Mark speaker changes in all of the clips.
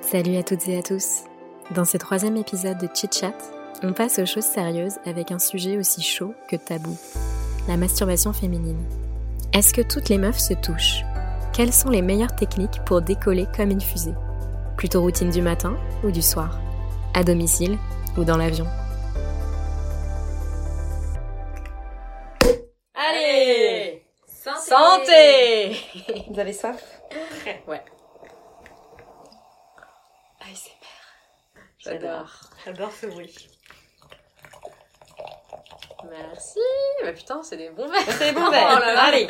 Speaker 1: Salut à toutes et à tous. Dans ce troisième épisode de Chit Chat, on passe aux choses sérieuses avec un sujet aussi chaud que tabou la masturbation féminine. Est-ce que toutes les meufs se touchent Quelles sont les meilleures techniques pour décoller comme une fusée Plutôt routine du matin ou du soir À domicile ou dans l'avion
Speaker 2: Allez
Speaker 3: Santé,
Speaker 2: Santé
Speaker 4: Vous avez soif
Speaker 2: Ouais,
Speaker 3: ASMR.
Speaker 2: j'adore.
Speaker 3: J'adore ce bruit.
Speaker 2: Merci Bah putain, c'est des bons verres
Speaker 3: C'est bon,
Speaker 2: Oh là là.
Speaker 3: Allez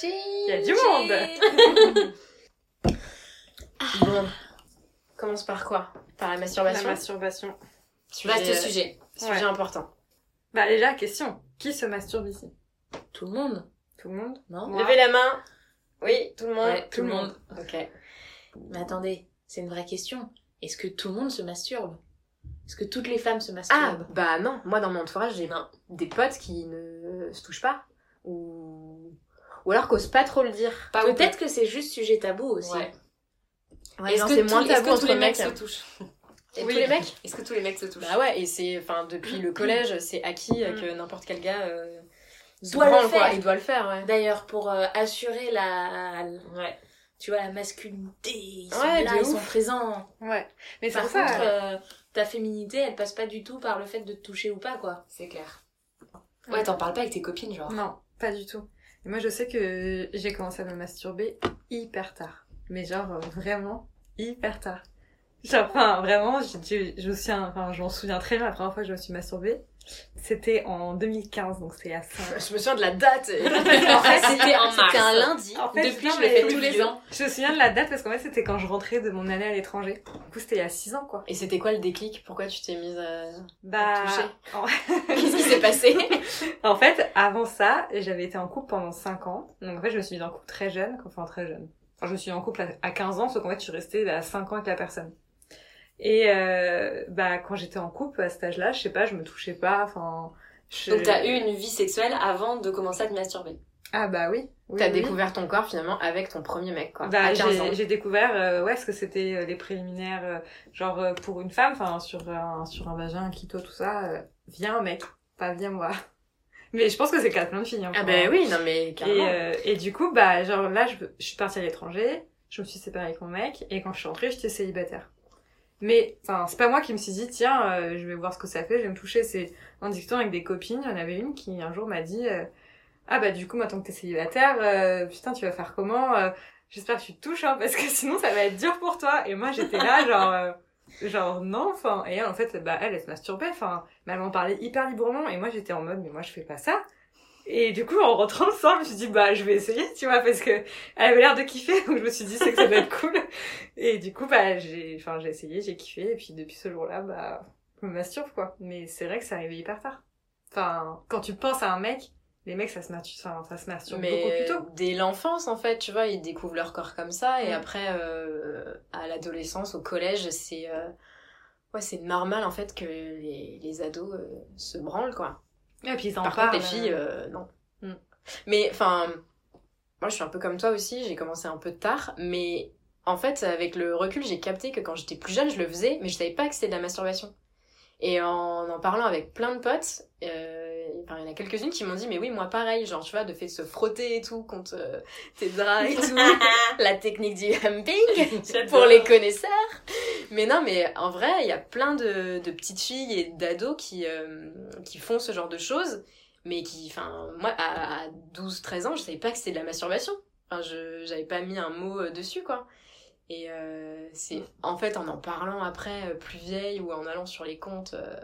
Speaker 2: Il
Speaker 3: y a du monde.
Speaker 2: Ah. Bon, commence par quoi Par la
Speaker 3: La
Speaker 2: masturbation
Speaker 3: masturbation.
Speaker 2: Vaste sujet, sujet
Speaker 3: Ouais.
Speaker 2: important.
Speaker 3: Bah déjà, question. Qui se masturbe ici
Speaker 2: Tout le monde
Speaker 3: Tout le monde
Speaker 2: Non
Speaker 3: Moi.
Speaker 2: Levez la main Oui, Hein tout le monde
Speaker 5: Ouais, tout le monde.
Speaker 2: Ok.
Speaker 5: Mais attendez, c'est une vraie question. Est-ce que tout le monde se masturbe Est-ce que toutes les femmes se
Speaker 2: Ah,
Speaker 5: masturbent
Speaker 2: bah non, moi dans mon entourage, j'ai des potes qui ne se touchent pas. Ou, ou alors qu'osent pas trop le dire.
Speaker 5: Peut-être que c'est juste sujet tabou aussi.
Speaker 2: Ouais.
Speaker 5: Ouais,
Speaker 2: Est-ce
Speaker 5: genre,
Speaker 2: que
Speaker 5: c'est
Speaker 2: tous-
Speaker 5: moins
Speaker 2: est-ce que
Speaker 5: tabou
Speaker 2: tous
Speaker 5: entre
Speaker 2: les
Speaker 5: mecs.
Speaker 2: mecs se touchent
Speaker 5: Et
Speaker 2: Oui.
Speaker 5: tous les mecs
Speaker 2: Est-ce que tous les mecs se touchent Mm.
Speaker 3: Bah ouais, et c'est, enfin, depuis le collège, c'est acquis euh, que n'importe quel gars euh, se
Speaker 5: Doit le
Speaker 3: branle,
Speaker 5: faire.
Speaker 3: quoi. Il doit le faire, ouais.
Speaker 5: D'ailleurs, pour euh, assurer la,
Speaker 2: Ouais.
Speaker 5: tu vois, la masculinité, ils sont
Speaker 3: Ouais,
Speaker 5: là,
Speaker 3: de
Speaker 5: ils
Speaker 3: ouf.
Speaker 5: sont présents.
Speaker 3: Ouais. Mais c'est
Speaker 5: Par
Speaker 3: pour
Speaker 5: contre,
Speaker 3: ça.
Speaker 5: euh, ta féminité, elle passe pas du tout par le fait de te toucher ou pas, quoi.
Speaker 2: C'est clair. Ouais, t'en parles pas avec tes copines, genre.
Speaker 3: Non, pas du tout. Et moi, je sais que j'ai commencé à me masturber hyper tard. Mais genre, euh, vraiment, hyper tard. Genre, Enfin, vraiment, j'ai dû- je me souviens, enfin, je m'en souviens très bien, la première fois que je me suis masturbée, c'était en 2015, donc c'est assez...
Speaker 2: Je me souviens de la date.
Speaker 5: en fait, c'était en mars.
Speaker 3: un
Speaker 5: lundi.
Speaker 3: En fait,
Speaker 5: Depuis,
Speaker 3: non,
Speaker 5: je le
Speaker 3: mais-
Speaker 5: fais tous les ans.
Speaker 3: Je me souviens de la date parce qu'en fait, c'était quand je rentrais de mon année à l'étranger. Du coup, c'était il y a 6 ans, quoi.
Speaker 2: Et c'était quoi le déclic Pourquoi tu t'es mise à...
Speaker 3: Bah,
Speaker 2: Touché.
Speaker 3: en-
Speaker 2: Qu'est-ce qui s'est passé
Speaker 3: En fait, avant ça, j'avais été en couple pendant 5 ans. Donc en fait, je me suis mise en couple très jeune, enfin très jeune. Enfin, je me suis mise en couple à- à 15 ans, sauf qu'en fait, je suis restée à 5 ans avec la personne. Et euh, bah quand j'étais en couple à cet âge-là, je sais pas, je me touchais pas, enfin... je-
Speaker 6: Donc t'as eu une vie sexuelle avant de commencer à te masturber.
Speaker 3: Ah bah oui. oui,
Speaker 2: T'as
Speaker 3: oui.
Speaker 2: découvert ton corps finalement avec ton premier mec, quoi.
Speaker 3: Bah,
Speaker 2: à 15 ans.
Speaker 3: j'ai j'ai découvert euh, ouais ce que c'était euh, les préliminaires euh, genre euh, pour une femme enfin sur euh, un sur un vagin un clito tout ça euh, via un mec pas via moi mais je pense que c'est le cas de plein de filles hein,
Speaker 2: Ah
Speaker 3: pour-
Speaker 2: bah oui, non mais
Speaker 3: Et,
Speaker 2: carrément.
Speaker 3: euh, et du coup, bah, genre là, je, je suis partie à l'étranger, je me suis séparée avec mon mec, et quand je suis rentrée, j'étais célibataire. Mais, enfin, c'est pas moi qui me suis dit, tiens, euh, je vais voir ce que ça fait, je vais me toucher. C'est en discutant avec des copines, il y en avait une qui un jour m'a dit, euh, ah bah du coup, maintenant que t'es célibataire, euh, putain, tu vas faire comment Euh, J'espère que tu te touches, hein, parce que sinon ça va être dur pour toi. Et moi, j'étais là, genre. euh, Genre non, enfin, et elle en fait, bah elle, elle se masturbait, enfin, mais elle m'en parlait hyper librement, et moi j'étais en mode, mais moi je fais pas ça, et du coup, en rentrant le soir, je me suis dit, bah, je vais essayer, tu vois, parce que elle avait l'air de kiffer, donc je me suis dit, c'est que ça doit être cool. Et du coup, bah, j'ai, enfin, j'ai essayé, j'ai kiffé, et puis depuis ce jour-là, bah, je me masturbe, quoi. Mais c'est vrai que c'est arrivé hyper tard. Enfin, quand tu penses à un mec, les mecs, ça se masturbe, enfin, ça se masturbe beaucoup
Speaker 2: mais
Speaker 3: plus tôt.
Speaker 2: dès l'enfance en fait, tu vois, ils découvrent leur corps comme ça et
Speaker 3: Mm.
Speaker 2: après euh, à l'adolescence, au collège, c'est euh, ouais, c'est normal en fait que les, les ados euh, se branlent quoi.
Speaker 3: Et puis, ils en
Speaker 2: Par
Speaker 3: parlent.
Speaker 2: contre, les filles, euh, non.
Speaker 3: Mm.
Speaker 2: Mais enfin, moi je suis un peu comme toi aussi, j'ai commencé un peu tard, mais en fait, avec le recul, j'ai capté que quand j'étais plus jeune, je le faisais, mais je savais pas que c'était de la masturbation. Et en en parlant avec plein de potes, euh, enfin, il y en a quelques-unes qui m'ont dit, mais oui, moi pareil, genre, tu vois, de fait se frotter et tout contre euh, tes draps et tout, la technique du humping pour les connaisseurs. Mais non, mais en vrai, il y a plein de, de petites filles et d'ados qui, euh, qui font ce genre de choses, mais qui, enfin, moi, à, à 12, 13 ans, je savais pas que c'était de la masturbation. Enfin, je j'avais pas mis un mot euh, dessus, quoi. Et euh, c'est en fait en en parlant après, euh, plus vieille, ou en allant sur les comptes euh,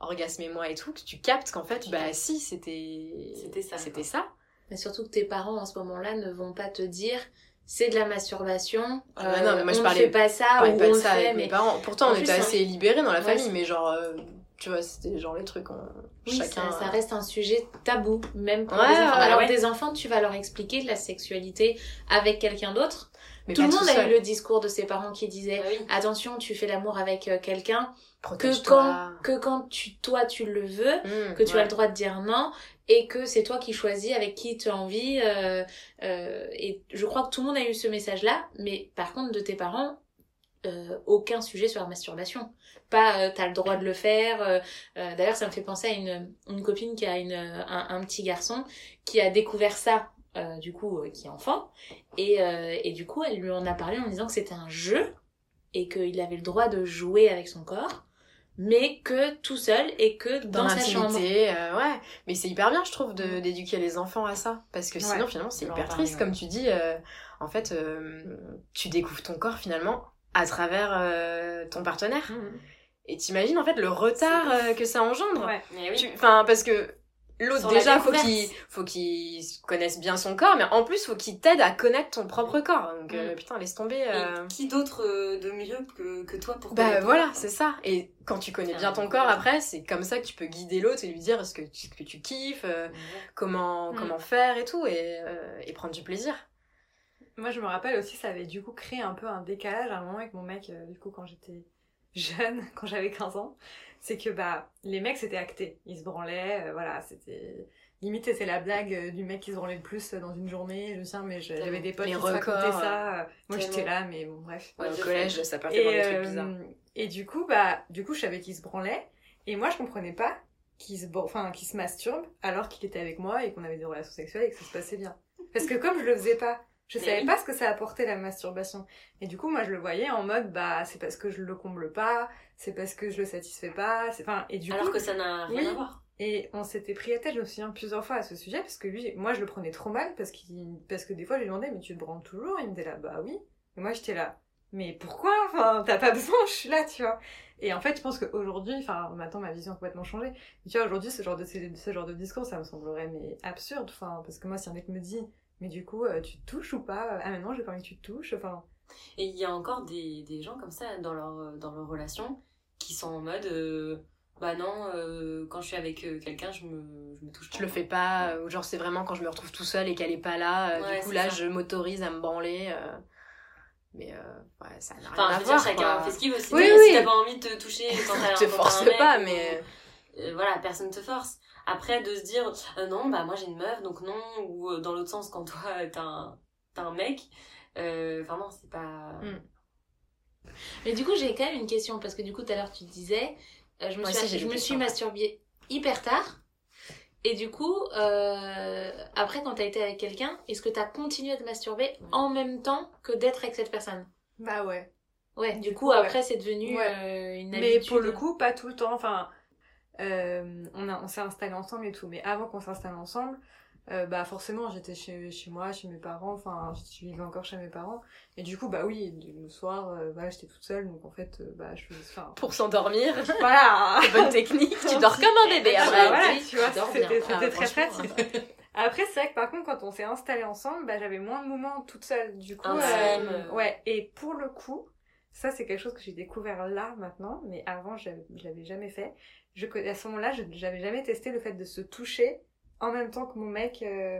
Speaker 2: Orgasme et moi et tout, que tu captes qu'en fait, bah si, c'était.
Speaker 6: C'était ça,
Speaker 2: C'était ça.
Speaker 5: mais surtout que tes parents en ce moment-là ne vont pas te dire c'est de la masturbation, euh,
Speaker 2: Ah bah non, mais moi, je
Speaker 5: on ne
Speaker 2: parlais-
Speaker 5: fait pas ça,
Speaker 2: parlais
Speaker 5: ou
Speaker 2: pas
Speaker 5: Ah, on
Speaker 2: de
Speaker 5: le
Speaker 2: ça
Speaker 5: fait,
Speaker 2: avec
Speaker 5: mais
Speaker 2: mes parents. Pourtant,
Speaker 5: En
Speaker 2: on
Speaker 5: plus,
Speaker 2: était
Speaker 5: hein.
Speaker 2: assez libérés dans la
Speaker 5: Ouais,
Speaker 2: famille,
Speaker 5: c'est-
Speaker 2: mais genre, euh, tu vois, c'était genre les trucs. hein,
Speaker 5: Oui,
Speaker 2: chacun.
Speaker 5: ça, ça reste un sujet tabou, même pour
Speaker 2: Ouais,
Speaker 5: les enfants.
Speaker 2: ouais,
Speaker 5: Alors,
Speaker 2: ouais.
Speaker 5: des enfants, tu vas leur expliquer de la sexualité avec quelqu'un d'autre.
Speaker 2: mais
Speaker 5: Tout
Speaker 2: pas
Speaker 5: le monde a
Speaker 2: seul.
Speaker 5: eu le discours de ses parents qui disaient
Speaker 6: Ah oui.
Speaker 5: Attention, tu fais l'amour avec euh, quelqu'un que
Speaker 2: Protège-toi.
Speaker 5: quand, que quand tu, toi tu le veux,
Speaker 2: Mmh,
Speaker 5: que tu as
Speaker 2: ouais.
Speaker 5: le droit de dire non, et que c'est toi qui choisis avec qui tu as envie. euh, euh, et je crois que tout le monde a eu ce message-là, mais par contre, de tes parents, euh, aucun sujet sur la masturbation. Pas euh, t'as le droit de le faire. euh, euh, D'ailleurs, ça me fait penser à une, une copine qui a une, euh, un, un petit garçon qui a découvert ça, euh, du coup, euh, qui est enfant. Et, euh, et du coup, elle lui en a parlé en disant que c'était un jeu et qu'il avait le droit de jouer avec son corps, mais que tout seul et que dans,
Speaker 2: dans
Speaker 5: sa chambre.
Speaker 2: l'intimité, euh, ouais. Mais c'est hyper bien, je trouve,
Speaker 5: Mmh.
Speaker 2: de- d'éduquer les enfants à ça. Parce que sinon,
Speaker 3: Ouais.
Speaker 2: finalement, c'est
Speaker 6: Leur
Speaker 2: hyper
Speaker 6: parler,
Speaker 2: triste.
Speaker 6: ouais.
Speaker 2: Comme tu dis, euh, en fait, euh, tu découvres ton corps, finalement, à travers euh, ton
Speaker 5: Mmh.
Speaker 2: partenaire. Et t'imagines, en fait, le retard euh, que ça engendre.
Speaker 3: Ouais.
Speaker 6: Mais oui.
Speaker 2: Tu- Enfin, parce que l'autre,
Speaker 6: Sur la
Speaker 2: déjà, faut
Speaker 6: découverte.
Speaker 2: qu'il faut qu'il connaisse bien son corps, mais en plus, faut qu'il t'aide à connaître ton propre corps. Donc,
Speaker 6: Mm.
Speaker 2: euh, putain, laisse tomber.
Speaker 6: Et
Speaker 2: euh,
Speaker 6: qui d'autre euh, de mieux que, que toi pour
Speaker 2: Bah
Speaker 6: connaître
Speaker 2: voilà, c'est ça. Et quand tu connais
Speaker 6: Faire
Speaker 2: bien
Speaker 6: un
Speaker 2: ton
Speaker 6: bon
Speaker 2: corps,
Speaker 6: choix.
Speaker 2: après, c'est comme ça que tu peux guider l'autre et lui dire ce que tu, ce que tu kiffes, euh, comment,
Speaker 3: Mm.
Speaker 2: comment faire et tout, et, euh, et prendre du plaisir.
Speaker 3: Moi, je me rappelle aussi, ça avait du coup créé un peu un décalage à un moment avec mon mec, euh, du coup, quand j'étais jeune, quand j'avais 15 ans. C'est que, bah, les mecs, c'était acté. Ils se branlaient, euh, voilà, c'était. Limite, c'était la blague euh, du mec qui se branlait le plus euh, dans une journée. Je me souviens, mais je- j'avais des potes
Speaker 2: Les
Speaker 3: qui se racontaient
Speaker 2: records,
Speaker 3: ça. euh, Moi, j'étais
Speaker 6: tellement.
Speaker 3: là, mais bon, bref.
Speaker 6: Ouais,
Speaker 2: Au
Speaker 6: je
Speaker 2: collège, ça partait dans des trucs
Speaker 3: euh,
Speaker 2: bizarres.
Speaker 3: et du coup, bah, du coup, je savais qu'il se branlait. Et moi, je comprenais pas qu'il se, bran- enfin, qu'il se masturbe alors qu'il était avec moi et qu'on avait des relations sexuelles et que ça se passait bien. Parce que comme je le faisais pas, je
Speaker 6: Mais
Speaker 3: savais
Speaker 6: oui.
Speaker 3: pas ce que ça apportait la masturbation. Et du coup, moi, je le voyais en mode, bah, c'est parce que je le comble pas, c'est parce que je le satisfais pas, c'est, enfin, et du
Speaker 6: Alors
Speaker 3: coup.
Speaker 6: que ça n'a rien
Speaker 3: Oui.
Speaker 6: à voir.
Speaker 3: Et on s'était pris la tête, je me souviens plusieurs fois à ce sujet, parce que lui, moi je le prenais trop mal, parce, qu'il- parce que des fois je lui demandais, mais tu te branles toujours Il me disait là, bah oui. Et moi j'étais là, mais pourquoi Enfin, t'as pas besoin, je suis là, tu vois. Et en fait, je pense qu'aujourd'hui, enfin, maintenant ma vision a complètement changé. Mais tu vois, aujourd'hui, ce genre de, ce genre de discours, ça me semblerait mais absurde, enfin, parce que moi, si un mec me dit, mais du coup, euh, tu te touches ou pas Ah, mais non, j'ai pas envie que tu te touches, enfin.
Speaker 6: Et il y a encore des, des gens comme ça dans leur, euh, dans leur relation qui sont en mode euh, bah non, euh, quand je suis avec euh, quelqu'un, je me, je me touche pas.
Speaker 2: Je le fais pas, euh, ou genre c'est vraiment quand je me retrouve tout seul et qu'elle est pas là, euh,
Speaker 6: Ouais,
Speaker 2: du coup
Speaker 6: c'est
Speaker 2: là
Speaker 6: ça.
Speaker 2: je m'autorise à me branler. euh, mais euh, ouais, ça n'a rien
Speaker 6: Enfin, je
Speaker 2: à
Speaker 6: veux dire,
Speaker 2: voir.
Speaker 6: chacun
Speaker 2: quoi.
Speaker 6: fait ce qu'il veut. Si
Speaker 2: Oui,
Speaker 6: t'as
Speaker 2: oui.
Speaker 6: si t'as pas envie de te toucher quand
Speaker 2: te
Speaker 6: t'as quand t'as un
Speaker 2: force
Speaker 6: mec
Speaker 2: pas,
Speaker 6: ou-
Speaker 2: mais
Speaker 6: euh, voilà, personne te force. Après, de se dire, euh, non, bah moi j'ai une meuf, donc non, ou euh, dans l'autre sens, quand toi euh, t'as un, t'as un mec, euh, enfin non, c'est pas.
Speaker 3: Mm.
Speaker 5: Mais du coup, j'ai quand même une question parce que du coup, tout à l'heure, tu disais, euh, je me
Speaker 2: Moi
Speaker 5: suis,
Speaker 2: aussi, j'ai
Speaker 5: je
Speaker 2: des
Speaker 5: me suis
Speaker 2: questions.
Speaker 5: masturbée hyper tard. Et du coup, euh, après, quand t'as été avec quelqu'un, est-ce que t'as continué à te masturber en même temps que d'être avec cette personne
Speaker 3: Bah ouais.
Speaker 5: Ouais, du,
Speaker 3: Du
Speaker 5: coup,
Speaker 3: coup,
Speaker 5: après, c'est devenu
Speaker 3: Ouais.
Speaker 5: euh, une
Speaker 3: Mais
Speaker 5: habitude.
Speaker 3: pour le coup, pas tout le temps. Enfin, euh, on, a- on s'est installé ensemble et tout. Mais avant qu'on s'installe ensemble, euh, bah forcément, j'étais chez, chez moi, chez mes parents. Enfin, je vivais encore chez mes parents. Et du coup, bah oui, le soir, euh, voilà, j'étais toute seule. Donc en fait, euh, bah je faisais. Enfin,
Speaker 2: pour s'endormir,
Speaker 3: voilà.
Speaker 2: bonne technique, tu dors comme un bébé
Speaker 5: Ah,
Speaker 3: Ah,
Speaker 2: après.
Speaker 5: bah,
Speaker 3: voilà,
Speaker 5: oui,
Speaker 3: tu vois,
Speaker 5: tu dors
Speaker 3: c'était-
Speaker 5: bien.
Speaker 3: c'était
Speaker 5: Ah,
Speaker 3: très
Speaker 5: franchement,
Speaker 3: pratique. Après, c'est vrai que par contre, quand on s'est installé ensemble, bah, j'avais moins de moments toute seule. Du
Speaker 5: Ah
Speaker 3: coup, euh,
Speaker 6: Intime. euh,
Speaker 3: ouais. Et pour le coup, ça, c'est quelque chose que j'ai découvert là maintenant, mais avant, je, je l'avais jamais fait. Je, co- à ce moment-là, je n'avais jamais testé le fait de se toucher en même temps que mon mec. euh,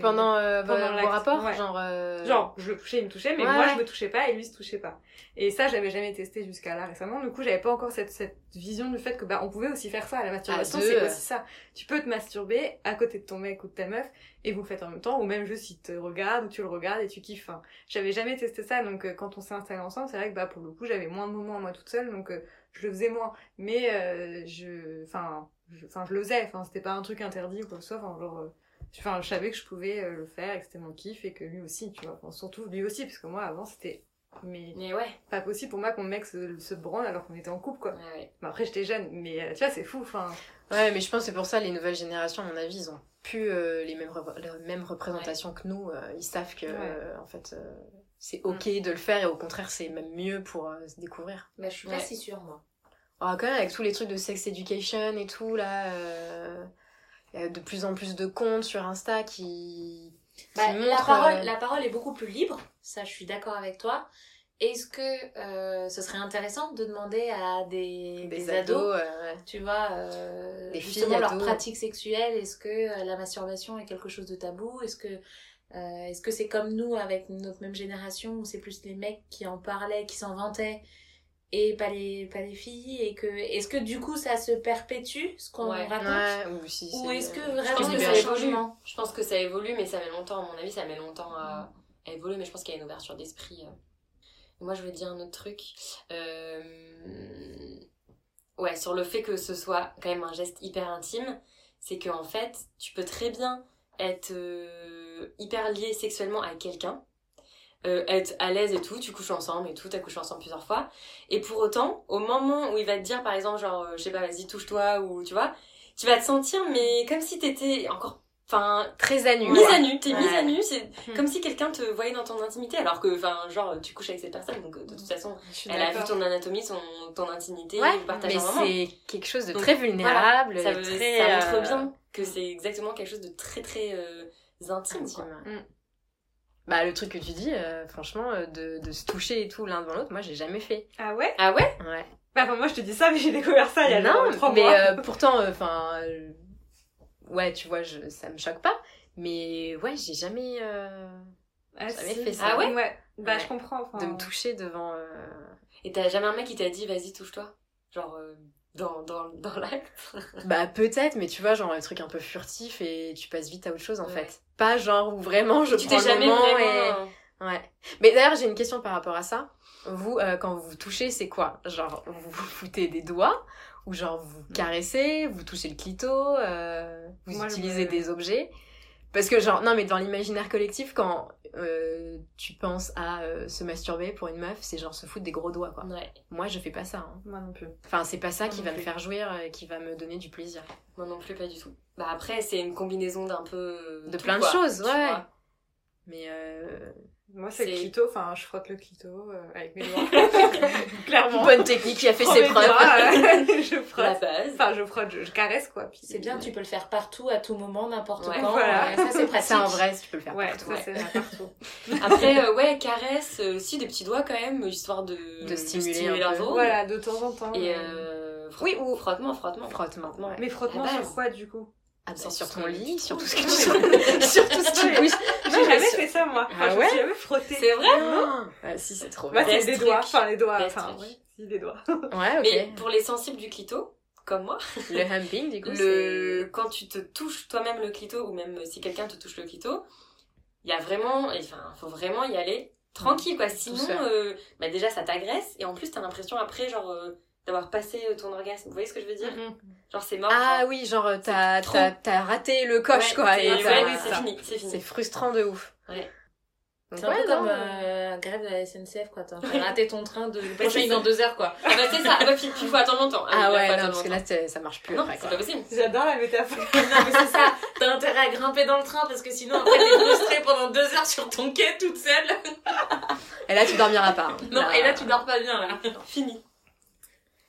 Speaker 2: Pendant, euh,
Speaker 3: Pendant
Speaker 2: vos, vos
Speaker 3: l'acte,
Speaker 2: rapports,
Speaker 3: ouais.
Speaker 2: genre. euh,
Speaker 3: Genre, je le touchais, il me touchait, mais
Speaker 2: Ouais,
Speaker 3: moi,
Speaker 2: ouais.
Speaker 3: je me touchais pas et lui se touchait pas. Et ça, je l'avais jamais testé jusqu'à là récemment. Du coup, j'avais pas encore cette, cette vision du fait que, bah, on pouvait aussi faire ça. La masturbation,
Speaker 2: À deux. euh.
Speaker 3: c'est aussi ça. Tu peux te masturber à côté de ton mec ou de ta meuf et vous le faites en même temps, ou même juste il te regarde ou tu le regardes et tu kiffes. Enfin, j'avais jamais testé ça, donc euh, quand on s'est installé ensemble, c'est vrai que, bah, pour le coup, j'avais moins de moments moi toute seule, donc euh, je le faisais moins. Mais, euh, je, enfin, je, enfin, je le faisais. Enfin, c'était pas un truc interdit ou quoi que ce soit. Enfin, genre, euh, Enfin, je savais que je pouvais euh, le faire et que c'était mon kiff et que lui aussi, tu vois. Enfin, surtout lui aussi, parce que moi avant c'était mais
Speaker 6: Mais ouais,
Speaker 3: pas possible pour moi qu'on mec se, se branle alors qu'on était en couple quoi.
Speaker 6: ouais, ouais.
Speaker 3: Mais après j'étais jeune, mais euh, tu vois c'est fou. Enfin,
Speaker 2: Ouais, mais je pense que c'est pour ça les nouvelles générations, à mon avis, ils ont plus euh, les, mêmes rep- les mêmes représentations que nous. euh, ils savent que,
Speaker 3: Ouais.
Speaker 2: euh, en fait, euh, c'est ok de le faire et au contraire, c'est même mieux pour euh, se découvrir. Oh,
Speaker 5: Bah, je suis pas
Speaker 6: Ouais.
Speaker 5: si sûre, moi.
Speaker 2: Ah, quand même, avec tous les trucs de sex education et tout, là. euh, Il y a de plus en plus de comptes sur Insta qui, qui
Speaker 5: Bah, la,
Speaker 2: montrent,
Speaker 5: parole,
Speaker 2: euh,
Speaker 5: la parole est beaucoup plus libre, ça je suis d'accord avec toi. Est-ce que euh, ce serait intéressant de demander à des,
Speaker 2: des,
Speaker 5: des
Speaker 2: ados,
Speaker 5: ados,
Speaker 2: euh, ouais.
Speaker 5: tu vois, euh,
Speaker 2: Des
Speaker 5: justement
Speaker 2: filles
Speaker 5: leur
Speaker 2: ados.
Speaker 5: pratique sexuelle Est-ce que euh, la masturbation est quelque chose de tabou Est-ce que euh, est-ce que c'est comme nous avec notre même génération où c'est plus les mecs qui en parlaient, qui s'en vantaient et pas les pas les filles et que est-ce que du coup ça se perpétue ce qu'on
Speaker 6: Ouais.
Speaker 5: raconte
Speaker 2: Ouais, ou si
Speaker 5: ou
Speaker 2: c'est-
Speaker 5: est-ce que
Speaker 6: Je pense
Speaker 5: vraiment
Speaker 6: que
Speaker 5: c'est
Speaker 6: ça
Speaker 5: un
Speaker 6: évolue.
Speaker 5: changement
Speaker 6: Je pense que ça évolue, mais ça met longtemps, à mon avis, ça met longtemps à, à évoluer, mais je pense qu'il y a une ouverture d'esprit. euh. Moi, je voulais dire un autre truc. Euh, Ouais, sur le fait que ce soit quand même un geste hyper intime, c'est que en fait, tu peux très bien être euh, hyper lié sexuellement à quelqu'un, euh, être à l'aise et tout, tu couches ensemble et tout, t'as couché ensemble plusieurs fois, et pour autant, au moment où il va te dire par exemple genre, euh, je sais pas, vas-y, touche-toi, ou tu vois, tu vas te sentir mais comme si t'étais encore... Enfin,
Speaker 2: Très à nu.
Speaker 6: mise
Speaker 2: quoi.
Speaker 6: à nu, t'es mise
Speaker 2: Ouais.
Speaker 6: à nu, c'est
Speaker 2: Hmm.
Speaker 6: comme si quelqu'un te voyait dans ton intimité, alors que, enfin, genre, tu couches avec cette personne, donc euh, de
Speaker 2: Hmm.
Speaker 6: toute façon,
Speaker 3: Je suis
Speaker 6: elle a vu
Speaker 3: d'accord.
Speaker 6: ton anatomie, son, ton intimité,
Speaker 2: Ouais,
Speaker 6: vous partagez
Speaker 2: mais
Speaker 6: un moment.
Speaker 2: c'est quelque chose de
Speaker 6: Donc,
Speaker 2: très vulnérable.
Speaker 6: Ça,
Speaker 2: et
Speaker 6: veut-
Speaker 2: très,
Speaker 6: ça montre
Speaker 2: euh,
Speaker 6: bien que c'est exactement quelque chose de très très euh, intime. quoi.
Speaker 2: intime.
Speaker 3: Mm.
Speaker 2: Bah, le truc que tu dis, euh, franchement, euh, de, de se toucher et tout l'un devant l'autre, moi j'ai jamais fait.
Speaker 3: Ah ouais
Speaker 6: Ah ouais
Speaker 2: Ouais.
Speaker 3: Bah enfin, moi je te dis ça, mais j'ai découvert ça Ah, il y a
Speaker 2: non,
Speaker 3: genre trois
Speaker 2: mais
Speaker 3: mois.
Speaker 2: euh, pourtant, enfin. euh, ouais, tu vois, je, ça me choque pas. Mais ouais, j'ai jamais. euh,
Speaker 3: Ah,
Speaker 2: j'avais
Speaker 3: si.
Speaker 2: fait ça.
Speaker 3: Ah ouais, Bah
Speaker 2: Ouais.
Speaker 3: je comprends. enfin,
Speaker 2: de me toucher devant. euh,
Speaker 6: Et t'as jamais un mec qui t'a dit vas-y touche-toi Genre euh, dans, dans, dans l'acte
Speaker 2: Bah peut-être, mais tu vois, genre un truc un peu furtif et tu passes vite à autre chose en
Speaker 6: Ouais.
Speaker 2: fait. Pas genre où vraiment je
Speaker 6: Tu
Speaker 2: prends
Speaker 6: t'es
Speaker 2: le
Speaker 6: jamais
Speaker 2: moment
Speaker 6: vraiment... euh,
Speaker 2: et... Ouais. Mais d'ailleurs, j'ai une question par rapport à ça. Vous, euh, quand vous vous touchez, c'est quoi Genre, vous vous foutez des doigts Ou genre, vous vous caressez Vous touchez le clito euh, Vous
Speaker 3: Moi, je
Speaker 2: utilisez
Speaker 3: me-
Speaker 2: des objets Parce que genre, non mais dans l'imaginaire collectif, quand euh, tu penses à euh, se masturber pour une meuf, c'est genre se foutre des gros doigts quoi.
Speaker 6: Ouais,
Speaker 2: Moi, je fais pas ça. hein.
Speaker 3: Moi non plus.
Speaker 2: Enfin, c'est pas ça
Speaker 6: Moi
Speaker 2: qui
Speaker 6: non
Speaker 2: va me
Speaker 6: plus.
Speaker 2: faire jouir, et qui va me donner du plaisir.
Speaker 6: moi non plus pas du tout. Bah après c'est une combinaison d'un peu... euh,
Speaker 2: De
Speaker 6: tout,
Speaker 2: plein de
Speaker 6: quoi,
Speaker 2: choses,
Speaker 6: tu
Speaker 2: ouais.
Speaker 6: vois.
Speaker 2: Mais euh,
Speaker 3: Moi c'est le
Speaker 6: C'est-
Speaker 3: clito, enfin je frotte le clito euh, avec mes doigts. Clairement.
Speaker 2: bonne technique qui a fait
Speaker 3: Prends
Speaker 2: ses
Speaker 3: mes
Speaker 2: preuves.
Speaker 3: doigts, euh, je
Speaker 6: La
Speaker 3: frotte.
Speaker 6: base.
Speaker 3: Enfin je frotte, je, je caresse quoi. puis-
Speaker 5: C'est bien, tu peux le faire partout, à tout moment, n'importe
Speaker 6: Ouais,
Speaker 5: quand.
Speaker 3: voilà.
Speaker 5: euh, Ça, c'est pratique.
Speaker 2: C'est en vrai, Ah, si tu peux le faire.
Speaker 3: Ouais,
Speaker 2: partout.
Speaker 3: ça c'est vrai, partout.
Speaker 6: Après euh, ouais caresse, euh, si des petits doigts quand même, histoire de,
Speaker 2: De stimuler un
Speaker 6: leurs
Speaker 2: peu.
Speaker 6: zones.
Speaker 3: Voilà, de temps en temps.
Speaker 6: Oh. Et
Speaker 3: euh,
Speaker 6: euh, fr-
Speaker 2: Oui, ou-
Speaker 6: frottement, frottement.
Speaker 2: Frottement. ouais.
Speaker 3: Mais frottement
Speaker 6: la base.
Speaker 3: sur quoi du coup
Speaker 2: Ah bah,
Speaker 6: Sur
Speaker 2: sur
Speaker 6: ce
Speaker 2: ton
Speaker 6: que
Speaker 2: lit,
Speaker 6: tu
Speaker 2: sur tout ce que
Speaker 6: trouves.
Speaker 2: tu sur tout
Speaker 5: Ah bah
Speaker 2: ce qui bouge.
Speaker 3: J'ai
Speaker 2: Non, mais
Speaker 3: jamais
Speaker 2: sur-
Speaker 3: fait ça moi. Enfin,
Speaker 2: Ah
Speaker 3: je me suis jamais frottée.
Speaker 6: C'est vrai
Speaker 2: Ah si, c'est trop
Speaker 3: Moi
Speaker 2: bien.
Speaker 6: Ouais.
Speaker 3: c'est
Speaker 6: Best
Speaker 3: les
Speaker 6: truc.
Speaker 3: doigts, enfin les doigts,
Speaker 6: Best
Speaker 3: enfin
Speaker 6: truc.
Speaker 3: ouais, si, les doigts.
Speaker 2: Ouais, ok.
Speaker 6: Mais pour les sensibles du clito, comme moi,
Speaker 2: Le humping, du coup,
Speaker 6: le... quand tu te touches toi-même le clito, ou même euh, si quelqu'un te touche le clito, il y a vraiment, enfin, faut vraiment y aller tranquille, quoi. Sinon,
Speaker 2: seul.
Speaker 6: euh, bah déjà, ça t'agresse, et en plus, t'as l'impression après, genre, euh, d'avoir passé euh, ton orgasme. Vous voyez ce que je veux
Speaker 2: c'est...
Speaker 6: dire Genre, c'est mort.
Speaker 2: Mhm. Ah
Speaker 6: genre.
Speaker 2: oui, genre euh, t'as,
Speaker 6: trop.
Speaker 2: t'as, t'as raté le coche,
Speaker 6: Ouais,
Speaker 2: quoi.
Speaker 6: c'est-
Speaker 2: Et
Speaker 6: ouais,
Speaker 2: t'as-
Speaker 6: oui, c'est
Speaker 2: ça.
Speaker 6: fini, c'est
Speaker 2: c'est
Speaker 6: fini.
Speaker 2: frustrant de ouf.
Speaker 6: Ouais.
Speaker 2: Donc,
Speaker 5: C'est un
Speaker 2: ouais,
Speaker 5: peu
Speaker 2: non,
Speaker 5: comme
Speaker 2: euh,
Speaker 5: euh, grève de la SNCF, quoi. T'as t'as raté ton train de le prochain
Speaker 6: c'est
Speaker 5: il est dans deux heures, quoi.
Speaker 6: Ah bah, c'est ça. Ah bah, puis, puis faut attendre longtemps.
Speaker 2: Ah
Speaker 6: oui,
Speaker 2: ouais,
Speaker 6: faut
Speaker 2: non,
Speaker 6: attendre
Speaker 2: parce que là, c'est- ça marche plus.
Speaker 6: longtemps.
Speaker 2: après,
Speaker 6: Non, c'est
Speaker 2: quoi.
Speaker 6: pas possible.
Speaker 3: J'adore la métaphore.
Speaker 5: Non, mais c'est ça. T'as intérêt à grimper dans le train parce que sinon, après, t'es frustrée pendant deux heures sur ton quai toute seule.
Speaker 2: Et là, tu dormiras pas. hein.
Speaker 5: Non, et là, tu dors pas bien, là.
Speaker 6: Fini.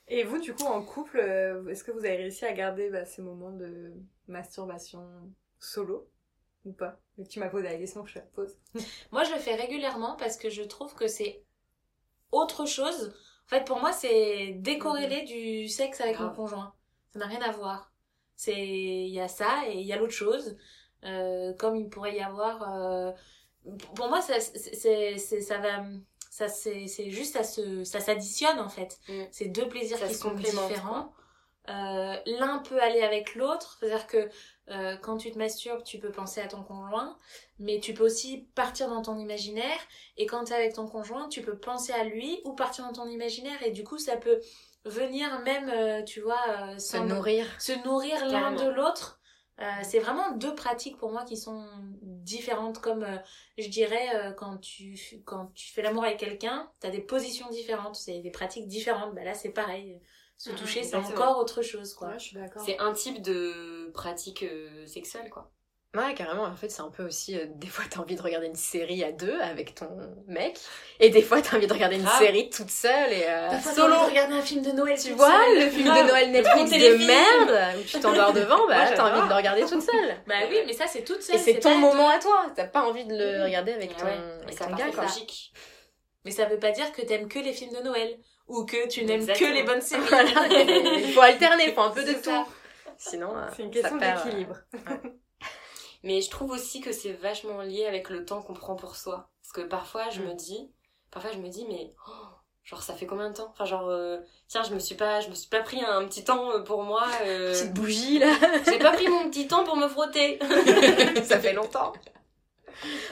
Speaker 3: Et vous, du coup, en couple, euh, est-ce que vous avez réussi à garder bah, ces moments de masturbation solo ou pas Vu que tu m'as posé la question, je te la pose.
Speaker 5: Moi, je le fais régulièrement parce que je trouve que c'est autre chose. En fait, pour moi, c'est décorrélé du sexe avec mon
Speaker 6: Grave.
Speaker 5: conjoint. Ça n'a rien à voir. C'est il y a ça et il y a l'autre chose. Euh, comme il pourrait y avoir. euh, Pour moi, ça, c'est- c'est- c'est- ça va. Ça, c'est c'est juste, ça se- ça s'additionne en fait.
Speaker 6: Mm.
Speaker 5: C'est deux plaisirs
Speaker 6: Ça
Speaker 5: qui
Speaker 6: se
Speaker 5: sont
Speaker 6: complémente,
Speaker 5: différents. Euh, L'un peut aller avec l'autre. C'est-à-dire que euh, quand tu te masturbes, tu peux penser à ton conjoint, mais tu peux aussi partir dans ton imaginaire. Et quand tu es avec ton conjoint, tu peux penser à lui ou partir dans ton imaginaire. Et du coup, ça peut venir même, euh, tu vois, euh,
Speaker 2: Se
Speaker 5: sans-
Speaker 2: nourrir.
Speaker 5: se nourrir l'un
Speaker 6: Carrément.
Speaker 5: de l'autre. Euh, c'est vraiment deux pratiques pour moi qui sont différentes. Comme euh, je dirais, euh, quand, tu, f- quand tu fais l'amour avec quelqu'un, tu as des positions différentes, c'est des pratiques différentes. Bah là, c'est pareil. Se
Speaker 2: Ah,
Speaker 3: Mhm,
Speaker 5: toucher, c'est
Speaker 6: exactement.
Speaker 5: encore autre chose. Quoi.
Speaker 3: je suis d'accord.
Speaker 6: C'est un type de pratique euh, sexuelle, quoi.
Speaker 2: Ouais, carrément. En fait, c'est un peu aussi. euh, des fois, t'as envie de regarder une série à deux avec ton mec. Et des fois, t'as envie de regarder une
Speaker 6: Grave.
Speaker 2: série toute seule et. euh,
Speaker 5: Solo regarder un film de Noël
Speaker 2: Tu vois, le film de
Speaker 6: Grave.
Speaker 2: Noël Netflix de
Speaker 6: téléfilm.
Speaker 2: merde, où tu t'endors devant, bah
Speaker 3: Moi,
Speaker 2: là, t'as envie de
Speaker 3: j'adore.
Speaker 2: le regarder toute seule.
Speaker 5: Bah oui, mais ça c'est toute seule.
Speaker 2: Et c'est
Speaker 5: pas-
Speaker 2: ton moment à toi. T'as pas envie de le regarder avec ton,
Speaker 6: Ah Ouais, et
Speaker 2: avec
Speaker 6: ça
Speaker 2: ton
Speaker 6: paraît
Speaker 2: gars, quoi.
Speaker 6: logique.
Speaker 5: Mais ça veut pas dire que t'aimes que les films de Noël ou que tu n'aimes que
Speaker 6: Exactement.
Speaker 5: les bonnes séries.
Speaker 2: Voilà. Il faut alterner, il faut un peu de
Speaker 5: C'est ça.
Speaker 2: tout. Sinon, euh,
Speaker 3: C'est une
Speaker 2: ça
Speaker 3: question
Speaker 2: perd, euh,
Speaker 3: d'équilibre.
Speaker 6: Mais je trouve aussi que c'est vachement lié avec le temps qu'on prend pour soi. Parce que parfois,
Speaker 2: Mm.
Speaker 6: je me dis, parfois je me dis, mais oh, genre ça fait combien de temps Enfin genre, euh, tiens, je me suis pas, je me suis pas pris un petit temps euh, pour moi. euh,
Speaker 2: Petite bougie, là.
Speaker 6: J'ai pas pris mon petit temps pour me frotter.
Speaker 2: ça fait longtemps.